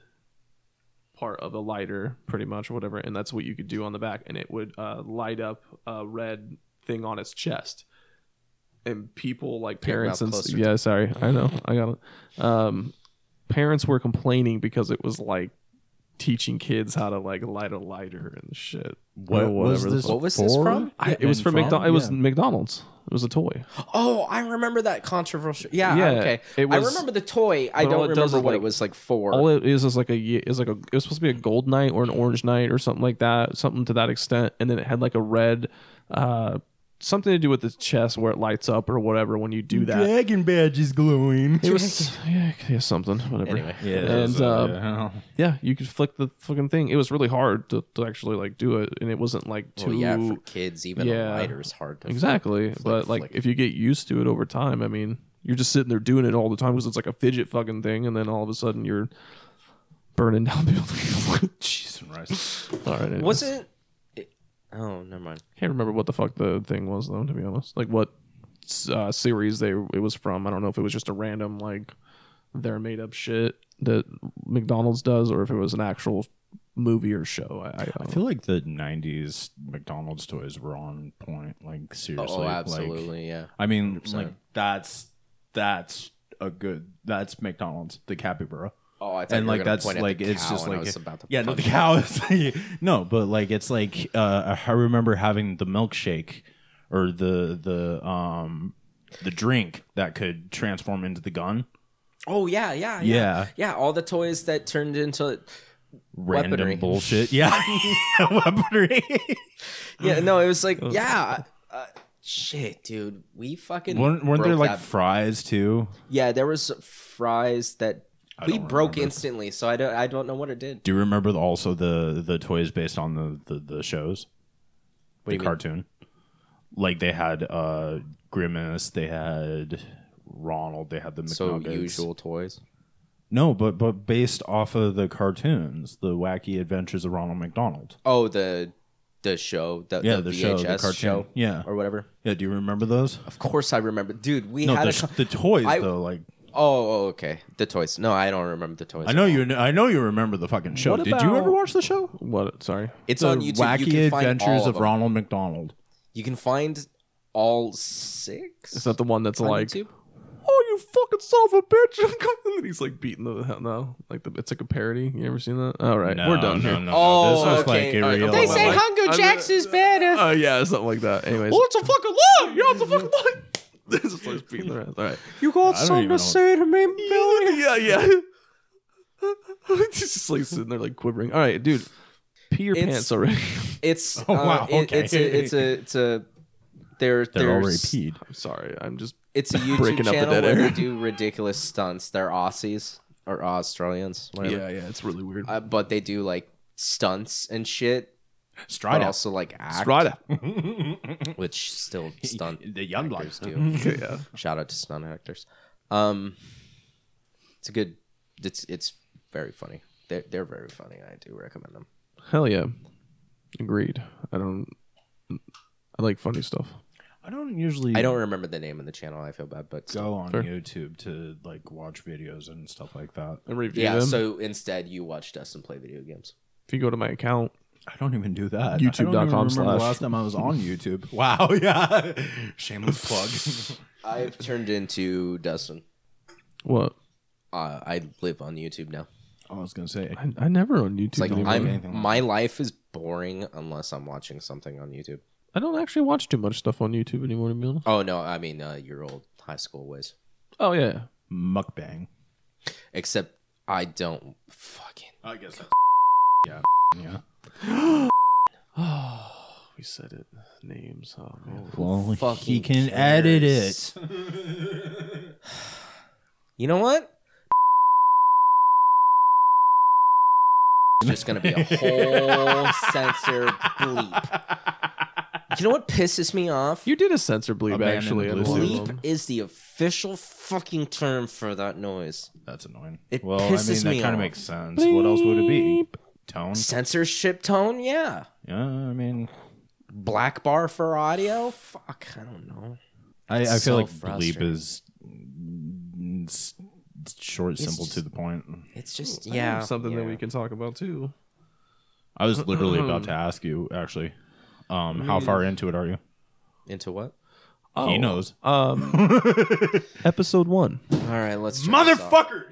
part of a lighter, pretty much, whatever, and that's what you could do on the back, and it would uh, light up a red thing on its chest. And people like Get parents real and closer to- yeah, sorry, I know, I got it. Um, parents were complaining because it was like teaching kids how to like light a lighter and shit. Or What was whatever the this? fuck. What was this for? from? I, it was And from McDonald's. It was yeah. McDonald's. It was a toy. Oh, I remember that controversial. Yeah, Yeah, okay. it I was- remember the toy. I but all don't it does remember is, what like, it was like for. All it is is like a ye- is like a it was supposed to be a gold knight or an orange knight or something like that, something to that extent. And then it had like a red, uh, something to do with the chest where it lights up or whatever when you do that. Dragon badge is glowing. It was yeah, yeah something whatever. anyway, Yeah, And, so, um, yeah. Yeah, you could flick the fucking thing. It was really hard to, to actually like do it, and it wasn't like too well, yeah, for kids, even yeah. a lighter is hard. To Exactly. but like flick. if you get used to it over time, I mean, you're just sitting there doing it all the time because it's like a fidget fucking thing, and then all of a sudden you're burning down buildings. Cheese and rice. all right. anyways. Wasn't? It, oh, never mind. Can't remember what the fuck the thing was though. To be honest, like what uh, series they it was from. I don't know if it was just a random like their made up shit that McDonald's does, or if it was an actual movie or show. I, I, don't I feel like the '90s McDonald's toys were on point. Like seriously, oh, like, absolutely. yeah. I mean, 100%. like that's that's a good. That's McDonald's. The capybara. Oh, I thought And, you were like, gonna that's, point at like, the it's cow just, and I like, was about to Yeah, no, the punch cow is no, but like it's like uh, I remember having the milkshake or the the um the drink that could transform into the gun. Oh yeah, yeah, yeah, Yeah, yeah. All the toys that turned into random Weaponry. bullshit. Yeah, weaponry. yeah. No, it was like Oh. yeah. Uh, shit, dude, we fucking weren't weren't there broke like that- fries too? yeah, there was fries that I we don't broke remember. instantly. So I don't, I don't know what it did. Do you remember the, also the the toys based on the the, the shows, What do you the mean? cartoon? Like they had uh Grimace, they had Ronald, they had the So McNuggets. usual toys. No, but but based off of the cartoons, the Wacky Adventures of Ronald McDonald. Oh, the the show, the, Yeah, the, the VHS show, show, the cartoon. Yeah. or whatever. Yeah, do you remember those? Of course, I remember, dude. We No, had the, a. sh co- the toys I- though. Like oh, oh, okay. The toys. No, I don't remember the toys. I know you. I know you remember the fucking show. What Did you ever about- watch the show? What? Sorry. It's the on YouTube. Wacky you can find Adventures all of, of, them. Ronald McDonald. You can find all six. Is that the one that's on like, YouTube? oh, you fucking son of a bitch? and he's like beating the hell no, like the, it's like a parody. You ever seen that? All right, we're done here. no. Oh, okay. All right, They say like, Hunger Jacks is better. Oh yeah, something like that. Anyways, What's a fucking lie? you're on the fucking line. This is like beating the All right. You got I don't even know. to me, Billy? yeah, yeah. He's just like sitting there, like quivering. All right, dude, pee your It's- pants already. It's Oh, oh, wow, okay. it's a it's a it's a They're they're they're already s- peed. I'm sorry, I'm just It's a YouTube Breaking up the channel dead where air. they do ridiculous stunts. They're Aussies. or Australians. Whatever. Yeah, yeah, it's really weird. Uh, but they do like stunts and shit, but Strider. also like act, Strider. which still stunt the young actors life. do. yeah. Shout out to stunt actors. Um, it's a good. It's it's very funny. They're they're very funny. I do recommend them. Hell yeah. Agreed. I don't. I like funny stuff. I don't usually. I don't remember the name of the channel. I feel bad, but go on Fair. YouTube to like watch videos and stuff like that. And review yeah. them. So instead, you watch Dustin play video games. if you go to my account, I don't even do that. YouTube.com I don't even remember slash- the last time I was on YouTube. Wow. Yeah. Shameless plug. I've turned into Dustin. what? Uh, I live on YouTube now. I was gonna say. I, I never on YouTube It's like anymore. look I'm anything like my life is boring unless I'm watching something on YouTube. I don't actually watch too much stuff on YouTube anymore, to be honest. Oh no, I mean uh, your old high school ways. Oh yeah. mukbang. Except I don't fucking. I guess that's yeah. Yeah. Oh, we said it. Names. Oh, man. Well, Fucking he can cares. edit it. You know what? It's just gonna be a whole censor bleep. You know what pisses me off? You did a censor bleep Abandoned actually. in bleep. one of them. bleep is the official fucking term for that noise. That's annoying. It well, pisses I me mean, that kind off. of makes sense. What else would it be? Tone. Censorship tone, yeah. Yeah. I mean, Black bar for audio? Fuck, I don't know. I, I feel So like bleep frustrating. is mm, s- short, simple, just- to the point. It's just I have yeah, something that yeah. we can talk about too. I was literally about to ask you, actually. Um, how far into it are you? into what? Oh. He knows. Um, episode one. All right, let's turn this off. Motherfucker!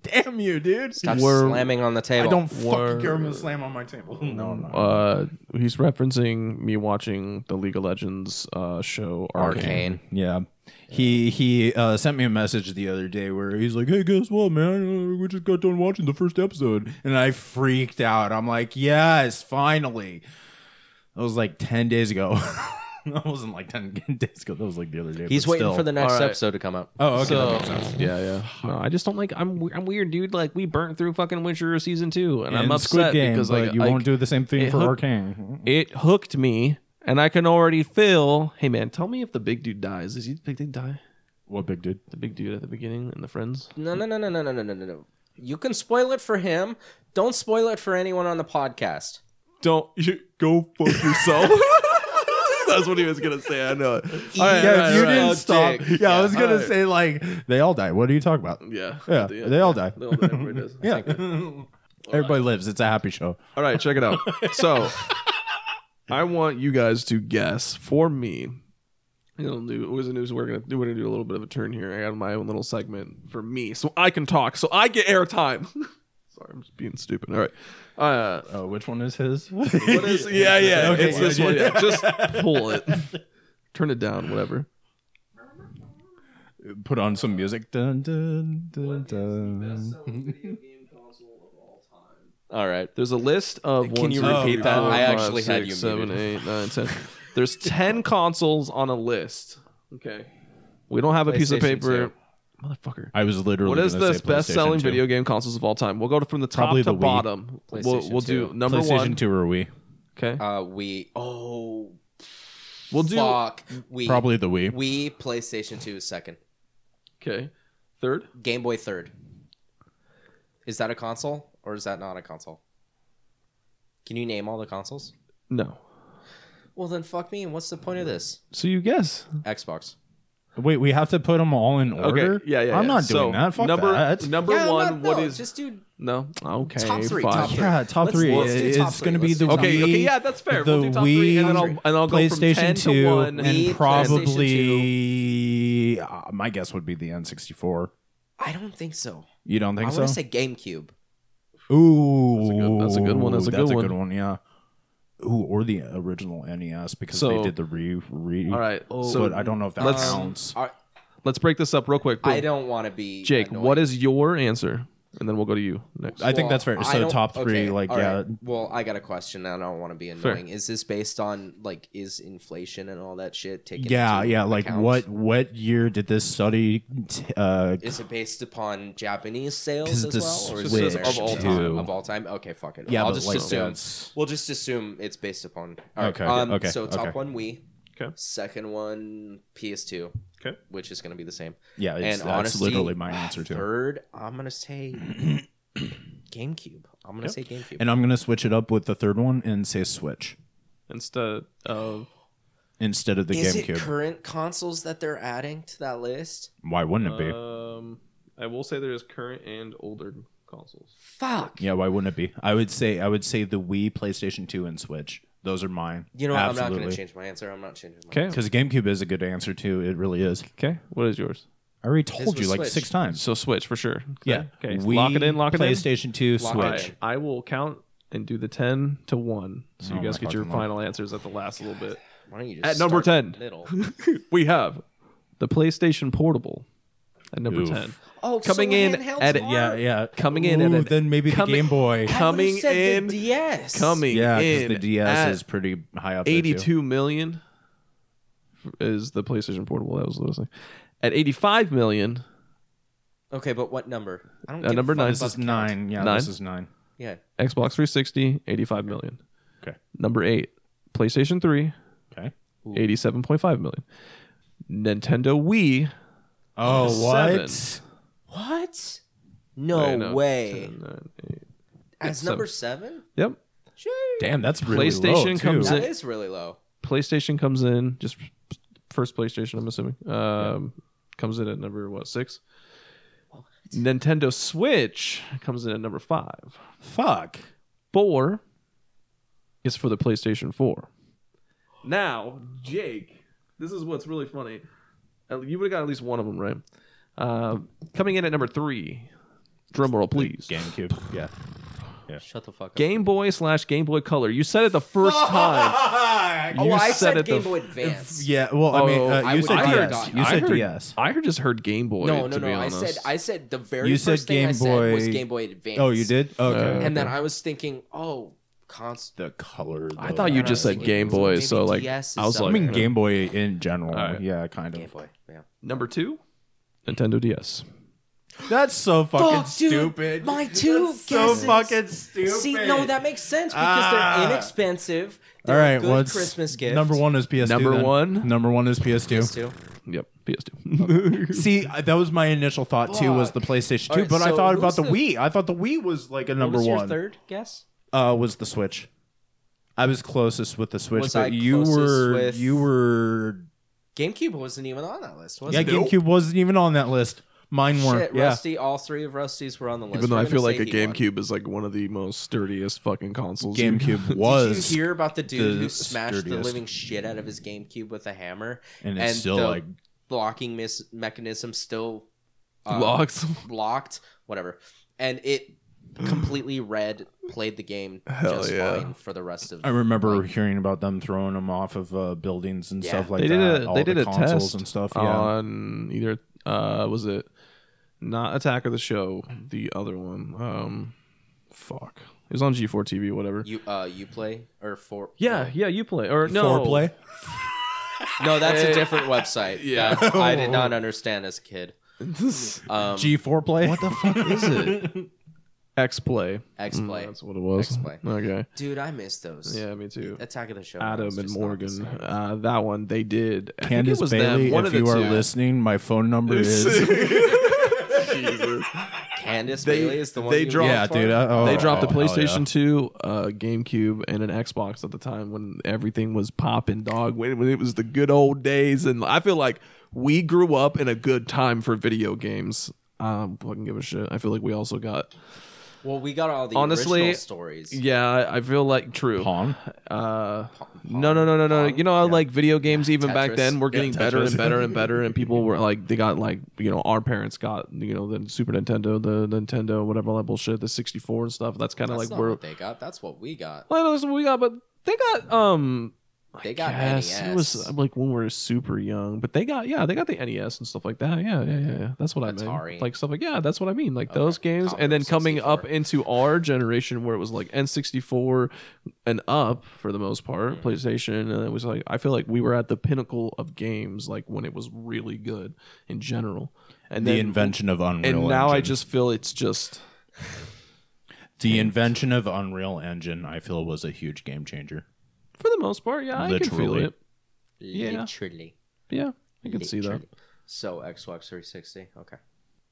Damn you, dude! Stop We're- slamming on the table. I don't Word. fucking care. I'm gonna slam on my table. No, I'm not. Uh, he's referencing me watching the League of Legends uh show Arcane. Arcane. Yeah. He he uh, sent me a message the other day where he's like, "Hey, guess what, man? Uh, we just got done watching the first episode," and I freaked out. I'm like, "Yes, finally!" That was like ten days ago. that wasn't like ten days ago. That was like the other day. He's but waiting still. for the next All right. episode to come out. Oh, okay. So- that makes sense. Yeah, yeah. No, I just don't like. I'm we- I'm weird, dude. Like we burnt through fucking Witcher season two, and, I'm And upset Squid Game, because but like you I- won't do the same thing it for hooked- Arcane. it hooked me, and I can already feel. Hey man, tell me if the big dude dies. Is he the big dude die? What big dude? The big dude at the beginning and the friends. No, no, no, no, no, no, no, no, no, no. You can spoil it for him. Don't spoil it for anyone on the podcast. Don't you go fuck yourself. That's what he was gonna say. I know. it. All right, Yeah, all if you right, didn't all right. Oh, stop. dick. Yeah, I was gonna all right. say like they all die. What are you talking about? Yeah, Yeah, At the end. they all die. They all die, everybody does. Yeah, everybody lives. It's a happy show. All right, check it out. So, I want you guys to guess for me. You know, new, it was a news. We're gonna do. We're gonna do a little bit of a turn here. I got my own little segment for me, so I can talk. So I get airtime. Sorry, I'm just being stupid. All right. Uh, Uh, which one is his? what is? Yeah, yeah. Okay, it's this yeah, one. yeah. Yeah, Just pull it. Turn it down. Whatever. Put on some music. Dun, dun, dun, dun. All right. There's a list of. Can one, you two, repeat three, that? four, I five, actually had six, you seven, muted. eight, nine, ten. There's ten consoles on a list. Okay. We don't have a piece of PlayStation paper. two. Motherfucker. I was literally. What is gonna the say best PlayStation selling 2. video game consoles of all time? We'll go to, from the top Probably to the Wii. bottom. We'll, PlayStation we'll do 2. number PlayStation one. Two or Wii? Okay. Uh, we oh we'll do. fuck we Probably the Wii. we PlayStation Two is second. Okay. Third. Game Boy third. Is that a console or is that not a console? Can you name all the consoles? No. Well then, fuck me. And what's the point of this? So you guess. Xbox. Wait, we have to put them all in order. Okay. Yeah. Yeah. I'm yeah. not So, doing that. Fuck number that. number Yeah, one. not- what no, is just do no? Okay. Top three, Fine. top three. yeah, top Let's- 3 let's do top it's three. going to be Let's the do top Okay. Wii. Okay. Yeah, that's fair. The we'll do top Wii, three, and then I'll and I'll go from ten PlayStation to Two, one. Wii, and PlayStation probably uh, my guess would be the N64. I don't think so. You don't think I so? want to say GameCube. Ooh, That's a good- that's a good one, that's a good one. Yeah. Ooh, or the original NES because So- they did the re re. All right. Oh, but So I don't know if that let's- counts. I, let's break this up real quick. I don't want to be Jake, annoying. what is your answer? and then we'll go to you next. I think that's fair. I So don't- top three, like, all yeah. Well, I got a question. I don't want to be Fair. annoying. Is this based on like is inflation and all that shit taken? Yeah, into yeah. Like account? what what year did this study? T- uh, Is it based upon Japanese Because sales as the well, or is Switch it American of all sales? time. Of all time? Okay, fuck it. yeah, I'll but just like, assume. that's- We'll just assume it's based upon. All right. Okay, Um, okay, So top okay. one Wii. Okay. Second one PS2. Okay. Which is going to be the same. yeah, it's, and that's honestly, literally my answer too. Third, I'm going to say GameCube. I'm going to Yep. say GameCube. And I'm gonna switch it up with the third one and say Switch instead of instead of the is GameCube. it current consoles that they're adding to that list? why wouldn't it uh, be? um, I will say there's current and older consoles. Fuck. yeah, why wouldn't it be? I would say I would say the Wii, PlayStation Two, and Switch. Those are mine. You know, what? I'm not going to change my answer. I'm not changing my Okay. because GameCube is a good answer too. It really is. Okay, what is yours? I already told was you like Switch. six times. So Switch for sure. Okay. Yeah. Okay. Wii, lock it in. Lock it in. PlayStation Two, Lock All it Switch. right, I will count and do the ten to one, so Oh you guys my get your fucking lord. final answers at the last little bit. Why don't you just At number start in 10. the Middle. we have the PlayStation Portable at number Oof. ten. Oh, Coming in at- Yeah, yeah. Coming in Ooh, at a- then maybe coming- the Game Boy. Coming in. The DS. Coming Yeah, because in the DS at is pretty high up. there, too. eighty-two million is the PlayStation Portable. That was the last thing. At eighty-five million, Okay, but what number? I don't Uh, give a number fuck nine. This about is the count. nine. Yeah, Nine? this is nine. Yeah. Xbox 360, 85 million. Okay. Number eight, PlayStation 3, Okay. 87.5 million. Nintendo Wii. Oh, Seven. What? No Wait, no, way. 10, nine, eight. As Seven. number seven? Yep. Jeez. Damn, that's really PlayStation low, too. comes That it- is really low. PlayStation comes in, just first PlayStation, I'm assuming. Um, Comes in at number, what, six? Nintendo Switch comes in at number five. Fuck. Four is for the PlayStation 4. Now, Jake, this is what's really funny. Uh, You would have got at least one of them right. Um, coming in at number three, drumroll please. GameCube. Yeah. Shut the fuck up. Game Boy slash Game Boy Color. You said it the first time. Time. You oh, I said said, it the Game f- Boy Advance. Yeah. Well, I mean, Oh, uh, I you would- said I heard- DS. I You I said heard, DS. I heard just heard Game Boy. to no, no, be no. I honest. said I said the very You first said thing I Game said was Boy- Game Boy Advance. Oh, you did. Okay. Uh, And then I was thinking, oh, constant. the color. I thought you And just I was said thinking Game it was Boy, maybe so like I DS is was I like mean, Game Boy in general. All right. Yeah, kind of. Game Boy. Yeah. number two, Nintendo DS. That's so fucking Fuck, dude. stupid. My two That's so guesses. fucking stupid. See, no, that makes sense because Ah. they're inexpensive. All They're right, a good well, it's- Christmas gift. Number one is PS2. Number then. one? Number one is PS2. Two. Yep, PS2. See, I- that was my initial thought too. Was the PlayStation All 2? right, but I so thought about the who's Wii. I thought the Wii was like a What number was your one. third guess? Uh, was the Switch. I was closest with the Switch, Was but I you closest were with- you were GameCube wasn't even on that list, was yeah. it? GameCube wasn't even on that list. Mine weren't. Shit, yeah. Rusty, all three of Rusty's were on the list. We're gonna say he won. is like one of the most sturdiest fucking consoles. you can- GameCube Did you was, hear about the dude the who smashed the sturdiest. living shit out of his GameCube with a hammer? and it's still the like blocking mis- mechanism still uh, Locked. blocked, whatever. And it completely read, played the game Mm. Hell just yeah. fine for the rest of. I remember hearing about them throwing them off of uh, buildings and Yeah. stuff like they did that. a all they the did a consoles test and stuff. Yeah, on either uh was it not Attack of the Show the other one um fuck it was on G4 TV whatever you uh you play or for yeah yeah you play or no foreplay. no that's Eh. a different website Yeah. That I did not understand as a kid um G four play. what the fuck is it X Play Mm, X Play that's what it was X-Play. okay dude I miss those yeah me too Attack of the Show was Adam and just not the Morgan same. uh that one they did I think it Candace was Bailey, them. one if of the you are two. listening, my phone number is. Jesus. Candace They- Bailey is the one they you dropped- yeah, looked for? dude. I- oh, they dropped oh, a hell yeah. PlayStation 2, uh, GameCube, and an Xbox at the time when everything was popping, dog. When, when it was the good old days, and I feel like we grew up in a good time for video games. I don't fucking give a shit. I feel like we also got well we got all the Honestly, original stories yeah. I- I feel like true. Pong. Uh, no, no, no, no, no. You know, I like video games even back Tetris. then were Yeah, getting better and better and better, and people were like, they got like, you know, our parents got, you know, the Super Nintendo, the Nintendo, whatever all that bullshit, the 64 and stuff. That's kind of that's like not where what they got that's what we got Well, that's what we got, but they got um They got E guess. It was NES. uh, like when we were super young, but they got yeah, they got the NES and stuff like that. Yeah, yeah, yeah. yeah. That's what I mean. Atari. Like stuff like yeah, that's what I mean. Like Okay. those games, and then Commodore coming up 64. into our generation where it was like N64 and up for the most part, Mhm. PlayStation, and it was like I feel like we were at the pinnacle of games, like when it was really good in general. And the then, invention of Unreal. and now I Engine. just feel it's just the invention of Unreal Engine. I feel was a huge game changer. for the most part, yeah, I can feel Literally. it. Yeah. Literally. Yeah, I can see that. Literally. So Xbox 360. Okay.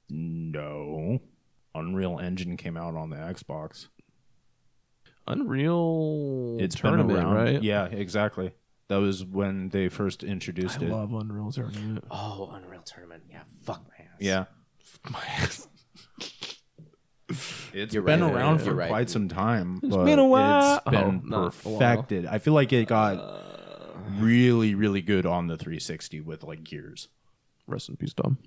No, Unreal Engine came out on the Xbox. Unreal It's tournament, been around, right? Yeah, exactly. That was when they first introduced I it. love Unreal Tournament. Oh, Unreal Tournament. Yeah. Fuck my ass. yeah, My ass. it's You're been right, around you're for right. quite some time. It's but been a while. It's been Oh, not a while. perfected. I feel like it got Uh, really, really good on the 360 with like Gears. Rest in peace, Dom.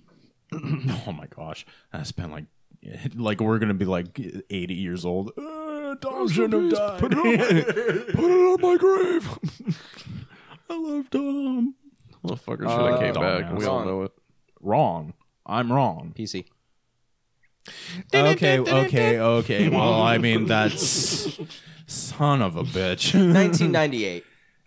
oh my gosh, that's been like, like we're gonna be like 80 years old. Uh, Dom shouldn't have died. Put it on my, put it on my grave. I love Dom. Motherfucker should have Uh, came dumbass. back. We all know it. Wrong. I'm wrong. PC. Okay, okay, okay. Well, I mean that's son of a bitch. 1998.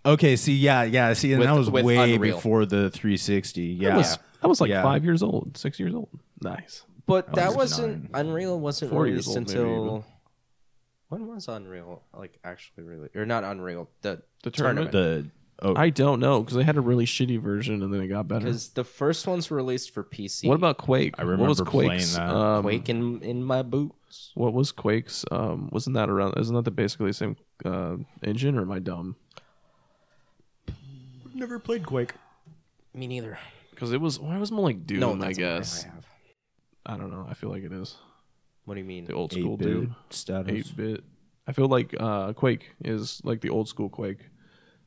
okay, see, yeah, yeah. See, and With- that was with way Unreal. before the 360. Yeah, I was, I was like Yeah. five years old, six years old. Nice. But that was wasn't Oh, nine. Unreal. Wasn't Four years released old, maybe until even. when was Unreal like actually really or not Unreal the The tournament? the oh, I don't know because they had a really shitty version and then it got better. because the first one's released for PC. What about Quake? I what was remember playing Quake's, that. Um, Quake in in my boots? What was Quake's? Um, wasn't that around? Isn't that the basically the same uh, engine? Or am I dumb? never played Quake. Me neither. Because it was. Why was more like Doom? no, I that's a memory guess. I have. I don't know. I feel like it is What do you mean? the old school 8 Doom. bit status. eight bit. I feel like uh, Quake is like the old school Quake,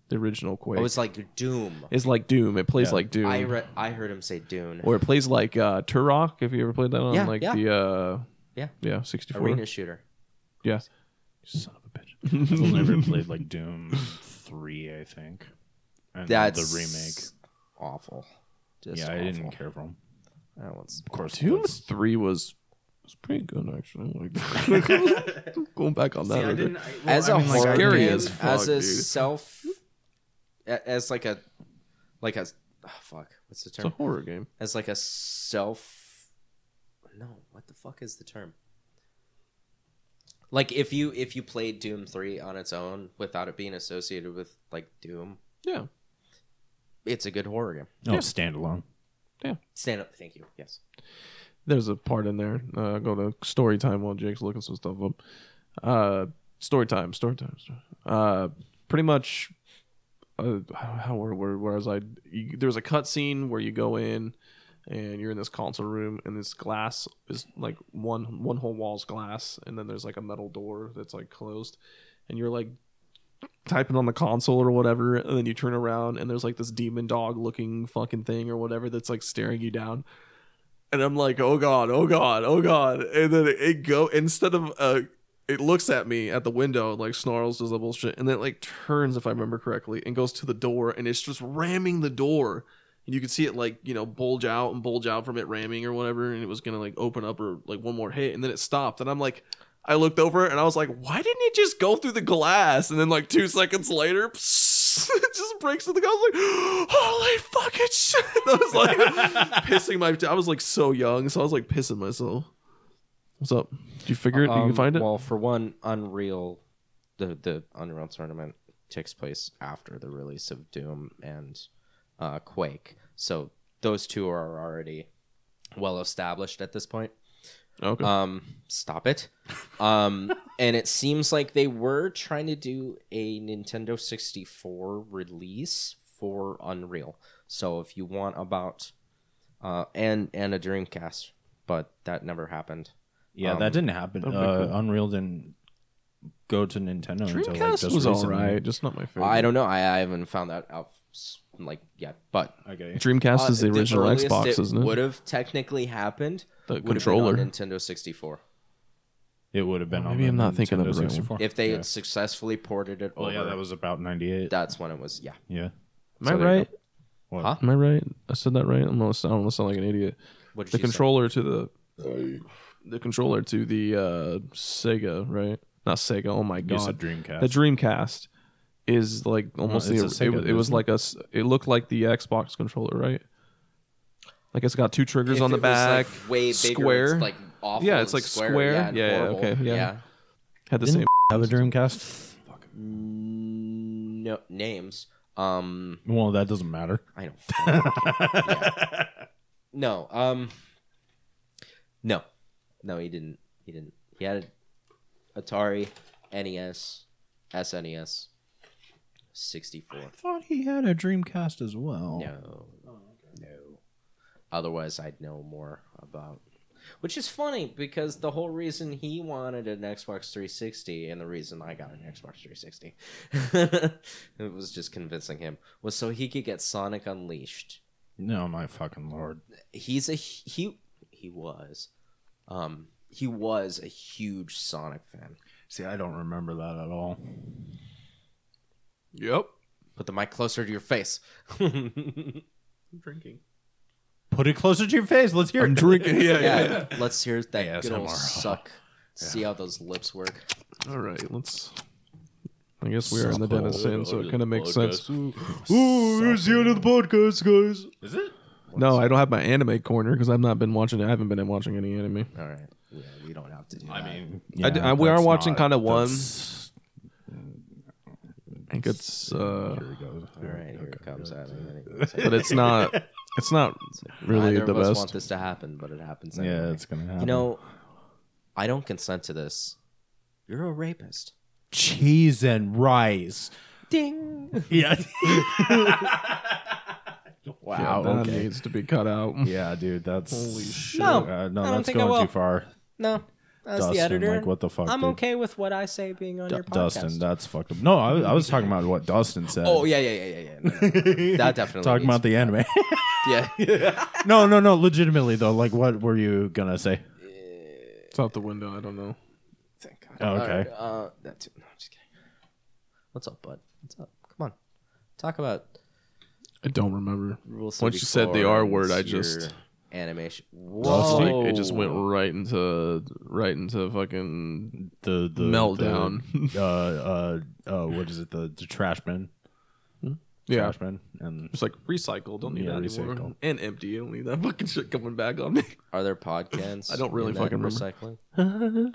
the original Quake. Oh, it's like Doom. It's like Doom. It plays Yeah. like Doom, I re- I heard him say Dune. or it plays like uh, Turok. If you ever played that on Yeah, like yeah. the uh, Yeah. yeah sixty four. Arena shooter. Yeah, Son of a bitch. I've never played like Doom 3, I think. And That's the remake. Awful. Just Yeah, I didn't care for them. That one's Of course, Doom that's- three was was pretty good actually. Like, going back on that, I later. didn't- I- well, as I a mean, like, I horror scary didn't- game, as fuck, as a dude. self, a- as like a, like a, oh, fuck, what's the it's a term? horror game. As like a self, no, what the fuck is the term? Like if you if you played Doom three on its own without it being associated with like Doom, Yeah, it's a good horror game. No, Yeah. standalone. Stand up, thank you. Yes, there's a part in there. Uh, go to story time while Jake's looking some stuff up. Uh, story time, story time. Story. Uh, pretty much. Uh, how how- where, where, where was I? You, there's a cutscene where you go in, and you're in this console room, and this glass is like one one whole wall's glass, and then there's like a metal door that's like closed, and you're like typing on the console or whatever, and then you turn around and there's like this demon dog looking fucking thing or whatever that's like staring you down. And I'm like, oh god, oh god, oh god. And then it, it go instead of uh it looks at me at the window and like snarls does the bullshit and then it like turns if I remember correctly and goes to the door and it's just ramming the door. And you could see it like, you know, bulge out and bulge out from it ramming or whatever, and it was gonna like open up or like one more hit, and then it stopped. And I'm like, I looked over and I was like, why didn't it just go through the glass? And then like two seconds later, it just breaks through the glass. I was like, holy fucking shit. I was like pissing my I was like so young, so I was like pissing myself. What's up? Did you figure it? Did you find it? Um, Well, for one, Unreal, the the Unreal tournament takes place after the release of Doom and uh, Quake, so those two are already well established at this point. okay. Um, stop it. Um, and it seems like they were trying to do a Nintendo 64 release for Unreal. So if you want about uh, and and a Dreamcast, but that never happened. Yeah, Um, that didn't happen. that'd be Uh, cool. Unreal didn't go to Nintendo until like, Dreamcast just was all recently. right, just not my favorite. I don't know. I, I haven't found that out s- like yet, but Okay. Dreamcast is the uh, original earliest Xbox, is isn't it? Would have technically happened. The would have been controller. on Nintendo 64. It would have been. Maybe on I'm the not thinking of Nintendo the right one. 64. If they Yeah. had successfully ported it Oh over, yeah, that was about '98. that's when it was. Yeah, Yeah. Am So I there you right? What? Huh? Am I right? I said that right. I'm gonna, I don't want to sound like an idiot. What did The you say? controller to the the controller to the uh, Sega, right? Not Sega. Oh my You said god, Dreamcast. the Dreamcast is like almost it's the, a Sega, it, was- it was isn't it? like a s- it looked like the Xbox controller, right? Like it's got two triggers If on the it was, back. like, way bigger, square. It's like awful. Yeah, and it's like square. square. Yeah, and Yeah, yeah, horrible. okay, yeah. yeah. Mm, had the Didn't same. have a Dreamcast. No names. Um, Well, that doesn't matter. I don't. fucking care. Yeah. No. Um. No, no, he didn't. He didn't. He had a Atari, E NES, SNES, sixty four. thought he had a Dreamcast as well. No. No. Otherwise, I'd know more about. Which is funny because the whole reason he wanted an Xbox 360 and the reason I got an Xbox 360, it was just convincing him, was so he could get Sonic Unleashed. No, my fucking lord. He's a he he was, um he was a huge Sonic fan. See, I don't remember that at all. Yep. Put the mic closer to your face. yeah, I'm drinking. Put it closer to your face. Let's hear I'm it. drinking. Yeah, yeah. let's hear that good old ASMR. suck. See how those lips work. All right, let's. I guess we are in the dentist in, so it kind of makes sense. Ooh, here's the end of the podcast, guys. Is it? No, I don't have my anime corner because I've not been watching. I haven't been watching any anime. All right. Yeah, we don't have to do I that. mean, I d- I- we are that's watching not- kinda one. that's- I think it's, uh, Here it goes. All right, here it comes. I mean, but it's not. It's not really neither the of us want best. this to happen, but it happens. Anyway. Yeah, it's gonna happen. you know, I don't consent to this. You're a rapist. cheese and rice. Ding. Yeah. Yeah, wow. that okay. needs to be cut out. Yeah, dude, that's Holy shit. Uh, No, I no, don't that's think I going will. too far. No, as Dustin, the editor, like what the fuck? I'm dude? okay with what I say being on Du- your podcast. Dustin, that's fucked up. No, I, I was talking about what Dustin said. oh yeah, yeah, yeah, yeah, yeah. No, no, no. that definitely talking needs- about the anime. yeah. no, no, no. Legitimately though, like, what were you gonna say? It's out the window. I don't know. Thank God. Oh, okay. Alright, uh, that too. No, I'm just kidding. What's up, bud? What's up? Come on, talk about I don't remember. rules. Once you said the R word, I just- animation. It's Whoa! like it just went right into right into fucking The the meltdown. the, uh, uh, uh, what is it? The, the trash bin. yeah. Trash bin. And It's like recycle. Don't need Yeah, that anymore. recycle. And empty. You don't need that fucking shit coming back on me. Are there podcasts? I don't really in that fucking remember. recycling.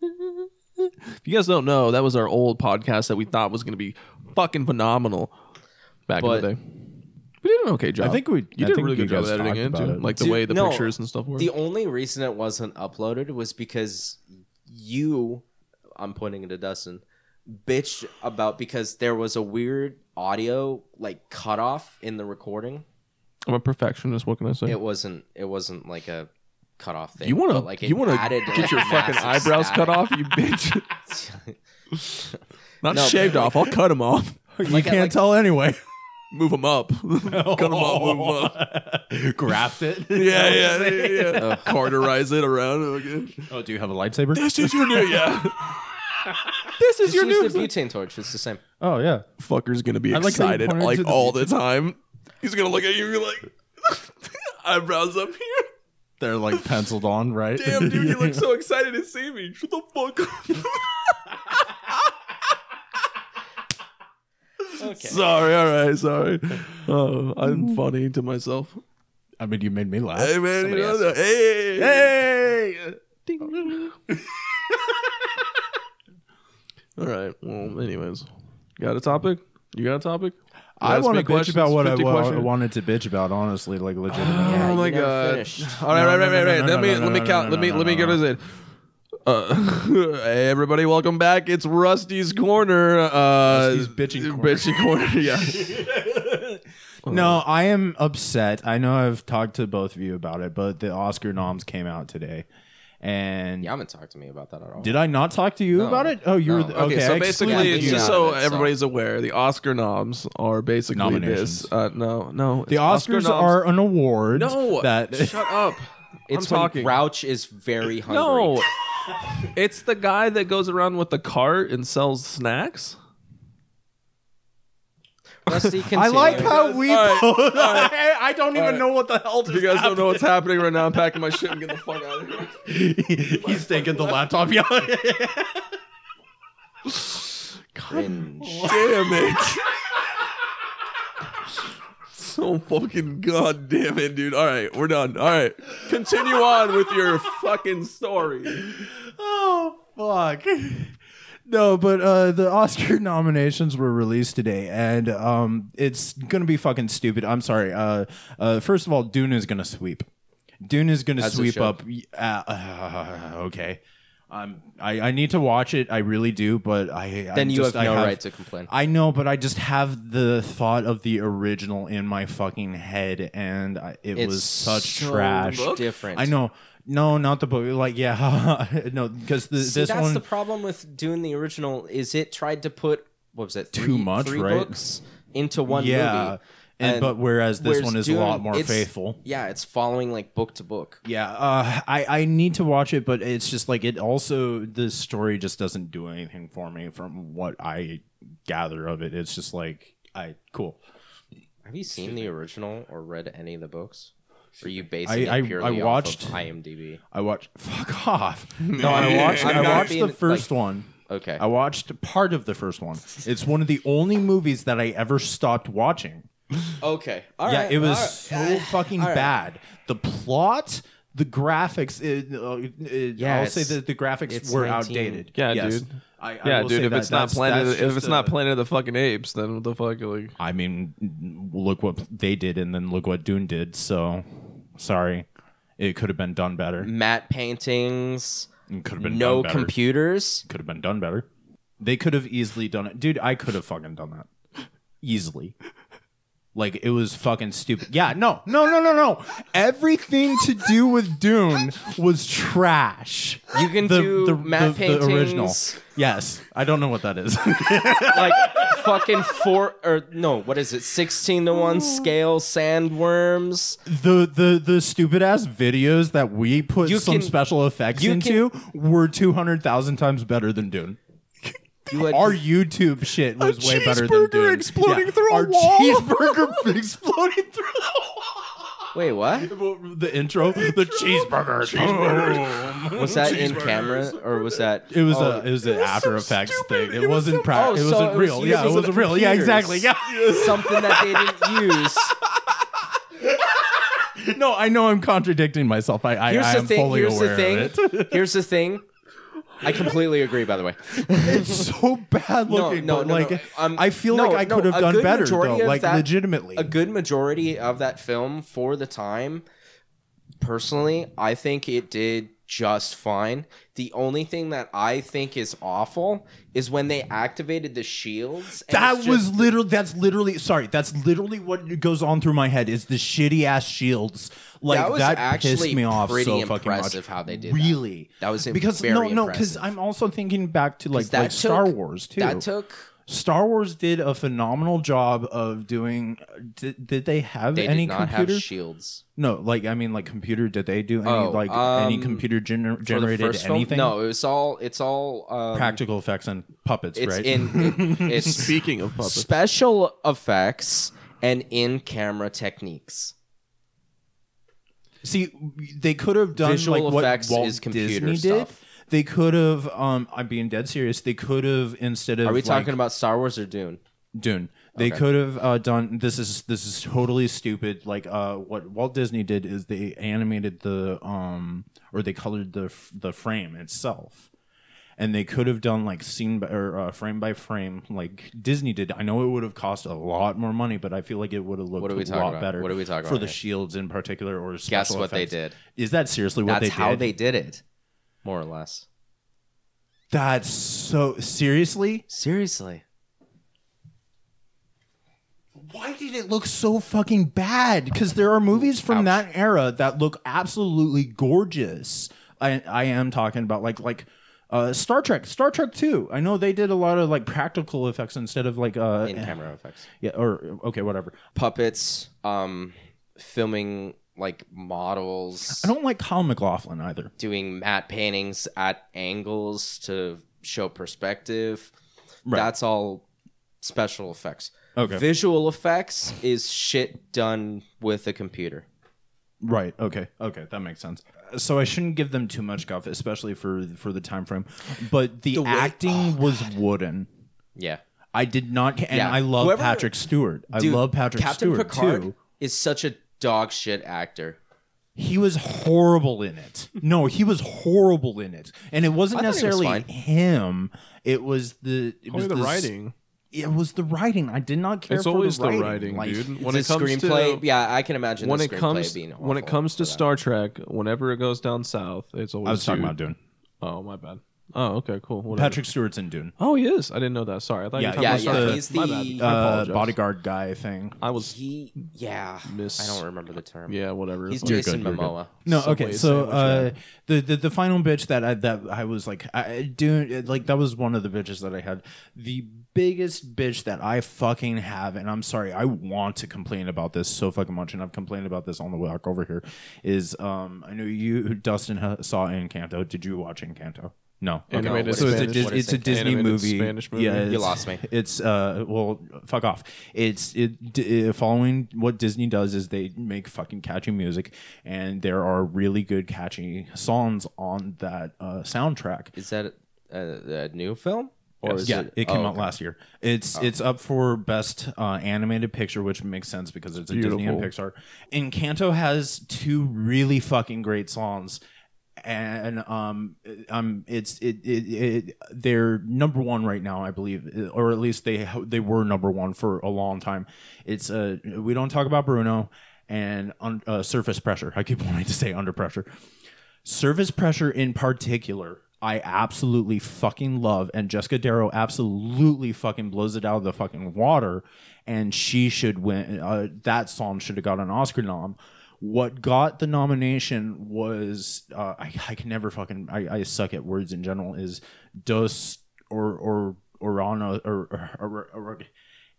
If you guys don't know, that was our old podcast that we thought was going to be fucking phenomenal back in But- the day. We did an okay job. I think we. I you did a think really you good job guys editing talked it, about too. like the Dude, way the no, pictures and stuff were. The only reason it wasn't uploaded was because you, I'm pointing it to Dustin, bitched about because there was a weird audio like cutoff in the recording. I'm a perfectionist. What can I say? It wasn't. It wasn't like a cutoff thing. you want to but, like it you want to added, get like, your fucking massive eyebrows cut static. off, you bitch. Not No, shaved but- off. I'll cut them off. You Like, I- can't like- tell anyway. Move them up. cut them off. Move 'em up. Graft it. Yeah, yeah, yeah. yeah. Carterize it around. Again. Oh, do you have a lightsaber? This is your new yeah. this is Just your new use the butane torch. It's the same. Oh yeah. fucker's gonna be I like how you excited pointed like to the all the time. He's gonna look at you and be like, eyebrows up here. They're like penciled on, right? Damn, dude, you look so excited to see me. Shut the fuck up. Okay. sorry, all right, sorry. Oh, I'm funny to myself. I mean, you made me laugh. Hey, man, you Somebody know, else. the- hey, hey. Ding. all right. Well, anyways, got a topic? You got a topic? You I ask want me to bitch questions? about what I, 50 wa- questions? wanted to bitch about. Honestly, like legitimately. Yeah, oh you my never god! finished. All right, No, no, right, right, no, right, no, right. no, Let no, me no, let me no, count. no, Let me no, let me no, get us in. Uh, hey everybody, welcome back. It's Rusty's corner. Uh, Rusty's bitching corner. bitching corner. Yeah, Oh. No, I am upset. I know I've talked to both of you about it, but the Oscar noms came out today, and You haven't talked to me about that at all. did I not talk to you No. about it? Oh, you were No. the, okay. okay, so I excluded basically, it's you. just out of so it, so- everybody's aware, the Oscar noms are basically Nominations. this. Uh, no, no, the it's Oscar Oscars noms. are an award. no. that shut up. It's I'm when talking. Grouch is very hungry. No, It's the guy that goes around with the cart and sells snacks. Rusty, I like continue. how we. All right, both- I, I don't even right. know what the hell. Just You guys don't know what's happening right now. I'm packing my shit and getting the fuck out of here. He's taking the laptop. Yeah. Cringe. Damn it. So fucking goddamn it, dude. All right, we're done. All right, continue on with your fucking story. oh fuck no but uh the oscar nominations were released today and um it's gonna be fucking stupid i'm sorry uh uh first of all dune is gonna sweep dune is gonna As it sweep should. up uh, uh, okay um, I, I need to watch it. I really do, but I Then i you just, have I no right to complain. I know, but I just have the thought of the original in my fucking head, and I, it It's was such so trash. book? Different. I know. No, not the book. Like, yeah, no, because See, this that's one. the problem with doing the original. Is it tried to put what was it? Too three- much, three right? books into one yeah, movie. and, And but whereas this Whereas one is Dune, a lot more it's- faithful. Yeah, it's following like book to book. Yeah, uh, I I need to watch it, but it's just like it also the story just doesn't do anything for me from what I gather of it. It's just like I cool. Have you seen the original or read any of the books? Are you I- basing I- it purely I watched- off of IMDb? I watch. Fuck off. No, I watched. I'm I not watched being, the first one. Okay. I watched part of the first one. It's one of the only movies that I ever stopped watching. okay. All yeah, right. it was all right. so fucking all right. bad. The plot, the graphics. It, uh, it- Yeah, I'll say it's- that the graphics it's were 19. outdated. Yeah, Yes. dude. I, I Yeah, will dude. say If that it's not that's- Planet, that's if just it's not a- Planet of the fucking Apes, then what the fuck? Like, I mean, look what they did, and then look what Dune did. So, sorry, it could have been done better. matte paintings, It could have been no done better. computers. Could have been done better. They could have easily done it, dude. I could have fucking done that easily. Like it was fucking stupid. Yeah, no, no, no, no, no. Everything to do with Dune was trash. You can do matte paintings. Yes, I don't know what that is. like fucking four or no, what is it? Sixteen to one scale sandworms. the the the stupid ass videos that we put You some can- special effects you into were two hundred thousand times better than Dune. You had, Our YouTube shit was way better than cheeseburger Dune. exploding through a our wall. cheeseburger exploding through the wait, what wall. The intro, the cheeseburger, was that in camera or was that? It was uh, oh, a it was an After Effects stupid. thing. It It, was wasn't pra- Oh, it so wasn't it was real. yeah, used it on wasn't the real. Yeah, exactly. computers. Yeah. something that they didn't use. no, I know I'm contradicting myself. I, I, Here's I the am thing. fully Here's aware the thing. of it. Here's the thing. I completely agree. By the way, it's so bad looking. no, but, no, no. like Um, I feel no, like I no, could have a done good better though. majority of Like that- legitimately. a good majority of that film for the time, personally, I think it did just fine. The only thing that I think is awful is when they activated the shields. and that it's was just- literally that's literally sorry that's literally what goes on through my head is the shitty ass shields like That was pissed actually me off pretty so fucking much impressive how they did that. really That was im- because no no very because I'm impressive. also thinking back to like, that like Star took- Wars too that took. Star Wars did a phenomenal job of doing did, did they have They any did not computer have shields. no like I mean like computer did they do any Oh, like any um, computer gener- For the generated first film? anything No, it was all. It's all um, practical effects and puppets It's right in. it- it's speaking of puppets, special effects and in-camera techniques. See, they could have done Visual like what effects Walt is computer Disney did. stuff. They could have. Um, I'm being dead serious. They could have instead of Are we like, talking about Star Wars or Dune? Dune. They Okay. could have uh, done this is this is totally stupid. Like uh, what Walt Disney did is they animated the um or they colored the f- the frame itself, and they could have done like scene by, or uh, frame by frame like Disney did. I know it would have cost a lot more money, but I feel like it would have looked What are we a talking lot about? better. What are we talking for about the here? shields in particular or special Guess what they effects. did. Is that seriously what That's they how did? they did it, more or less. That's so seriously. Seriously. Why did it look so fucking bad? Because there are movies from Ouch. that era that look absolutely gorgeous. I I am talking about like like uh, Star Trek, Star Trek Two. I know they did a lot of like practical effects instead of like uh In camera effects. yeah or okay whatever. Puppets, um, filming like models I don't like Kyle McLaughlin either. doing matte paintings at angles to show perspective. Right. That's all special effects. Okay. Visual effects is shit done with a computer. Right. Okay. Okay, that makes sense. So I shouldn't give them too much guff, especially for for the time frame. But the, The way- acting was wooden. Yeah. I did not, and Yeah. I love Whoever- Patrick Stewart. I Dude, love Patrick Captain Stewart Picard too. is such a dog shit actor. He was horrible in it. No, he was horrible in it, and it wasn't I thought he was necessarily fine. him. It was the it was Only the this- writing. It was the writing. I did not care. It's for always the the writing, writing, Like, dude. When it's a screenplay, yeah, I can imagine when the it screenplay comes being when it awful comes to for that. Star Trek, whenever it goes down south, it's always. I was talking Dune. about Dune. Oh my bad. Oh okay, cool. Whatever. Patrick Stewart's in Dune. Oh, he is. I didn't know that. Sorry, I thought Yeah, you were yeah, talking about yeah, Star he's Trek. the- my bad. I Uh, apologize. bodyguard guy thing. I was. He, yeah, Miss- I don't remember the term. Yeah, whatever. he's You're Jason good, you're good. Momoa. No, Subway okay. So sandwich, uh, the, the the final bitch that I that I was like I I do like that was one of the bitches that I had. The biggest bitch that I fucking have, and I'm sorry, I want to complain about this so fucking much, and I've complained about this on the walk over here. Is um I know you Dustin ha- saw Encanto. Did you watch Encanto? No. Okay. Animated so it's a, Spanish- Dis- what is it's a Encanto? Disney Animated movie. Spanish movie? Yeah, You it's- lost me. It's uh well fuck off. It's it, d- uh, following what Disney does is they make fucking catchy music and there are really good catchy songs on that uh soundtrack. Is that a, a, a new film? Or is yeah, it, came oh, out okay. Oh. last year. It's it's up for best uh, animated picture, which makes sense because it's a Disney and Pixar. Encanto has two really fucking great songs, and um, um, it's it, it, it they're number one right now, I believe, or at least they ho- they were number one for a long time. It's uh, we don't talk about Bruno and un, uh, surface pressure. I keep wanting to say under pressure service pressure in particular i absolutely fucking love and jessica darrow absolutely fucking blows it out of the fucking water and she should win uh, that song should have got an oscar nom what got the nomination was uh, I, I can never fucking I, I suck at words in general is dos or or orano or, or, or, or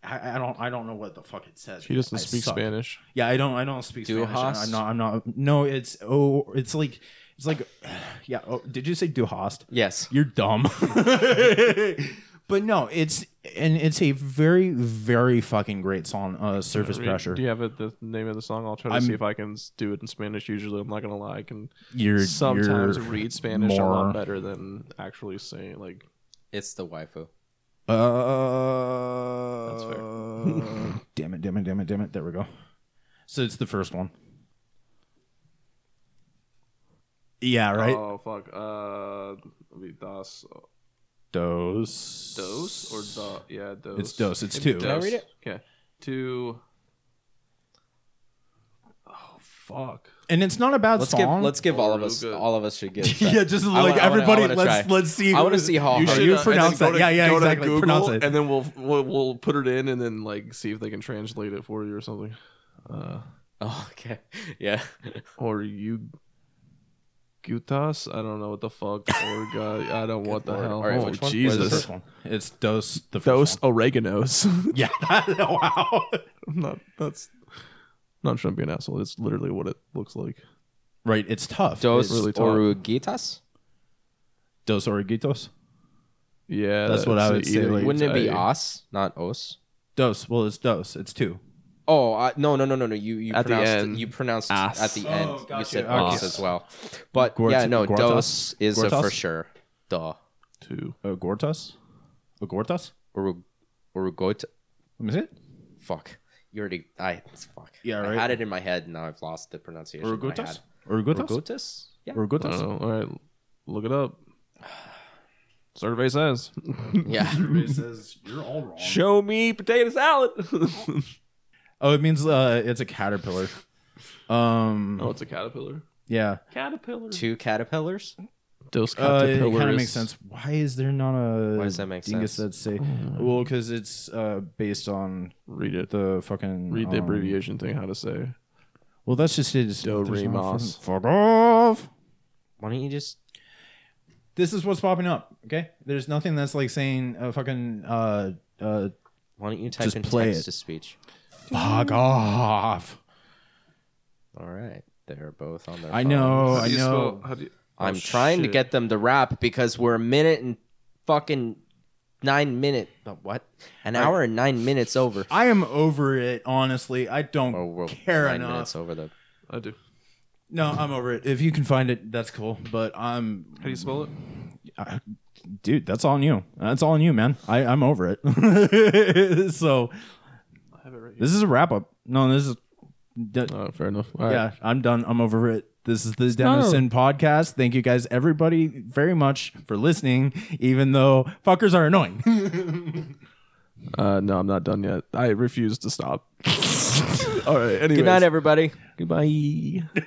I, I don't I don't know what the fuck it says. He doesn't I speak suck. Spanish. Yeah, I don't. I don't speak Dujas? Spanish. I'm not. I'm not. No, it's oh, it's like, it's like, yeah. Oh, did you say Duhast? Yes. You're dumb. but no, it's and it's a very very fucking great song. Uh, surface Read- pressure. Do you have it, the name of the song? I'll try to I'm- see if I can s- do it in Spanish. Usually, I'm not gonna lie. I can You're sometimes you're read Spanish a more- lot better than actually saying. Like, It's the waifu. Uh, That's damn it! Damn it! Damn it! Damn it! There we go. So it's the first one. Yeah. Right. oh fuck, uh, it'll be dos, dose. dos or do, yeah, dos. It's dos. It's Maybe two. dos. Can I read it? Okay, two. Oh fuck. And it's not a bad Let's song. give let's give all of Real us good. all of us should give. yeah, just like wanna- I wanna- I everybody. wanna let's try. let's see. I who wanna is- see how you hard should it you is. pronounce Oh, and then it. go to- yeah, yeah, go to exactly. Google, pronounce it. and then we'll, we'll we'll put it in, and then like see if they can translate it for you or something. Uh, Oh, okay. Yeah. or you gutas i don't know what the fuck or god i don't what the lord. hell All right, oh which one? Where's the jesus first one? It's dose. The first those One. oreganos Yeah. wow. I'm not that's I'm not trying to be an asshole it's literally what it looks like Right. It's tough. Dos really tough. Oruguitas. Dos oreguitos. yeah That's what I would say, either like- you Wouldn't it be say- os, not os? Dos. Well, it's dos. It's two. Oh I, no no no no no! You you At the pronounced end. you pronounced As. at the Oh, end. You gotcha. said Okay. os as well, but Guart- yeah no Guartas? dos is a Guartas? for sure. Duh. two Uh, gortas. Uh, gortas. Oru Orugoita. Let me see it. Fuck. You already I fuck. Yeah, I right. had it in my head. Now I've lost the pronunciation. in my Orugotas. head. Orugotas. Orugotas. Yeah. i don't Orugotas. know all right look it up survey says Yeah. says you're all wrong. show me potato salad Oh, it means uh, it's a caterpillar. Um. oh it's a caterpillar Yeah. caterpillar Two caterpillars. those Uh, it caterpillars kind of makes sense. Why is there not a? Why does that make dingus sense? That's say well because it's uh, based on Oh, read it the fucking read the um, abbreviation thing how to say Well, that's just it. It's- Do there's re no mas. fucking- Fuck off. Why don't you just This is what's popping up. Okay, there's nothing that's like saying uh, fucking uh uh Why don't you type Just in play it. text to speech? fuck off. All right. They're both on their I know. phones. Oh, I do you know. spell- how do you- I'm Oh, trying to shit. get them to rap because we're a minute and fucking nine minute. But what? An hour and nine minutes over. I am over it, honestly. I don't Oh, Or we're care nine enough. minutes over the. I do. No, I'm over it. If you can find it, that's cool. But I'm, How do you spell it? I- dude, that's all on you. That's all on you, man. I, I'm over it. so I have it right here. this is a wrap up. No, this is. d- Oh, fair enough. All right. Yeah, I'm done. I'm over it. This is the Denison podcast. Thank you guys, everybody, very much for listening, even though fuckers are annoying. Uh, no, I'm not done yet. I refuse to stop. All right. Anyways. Good night, everybody. Goodbye.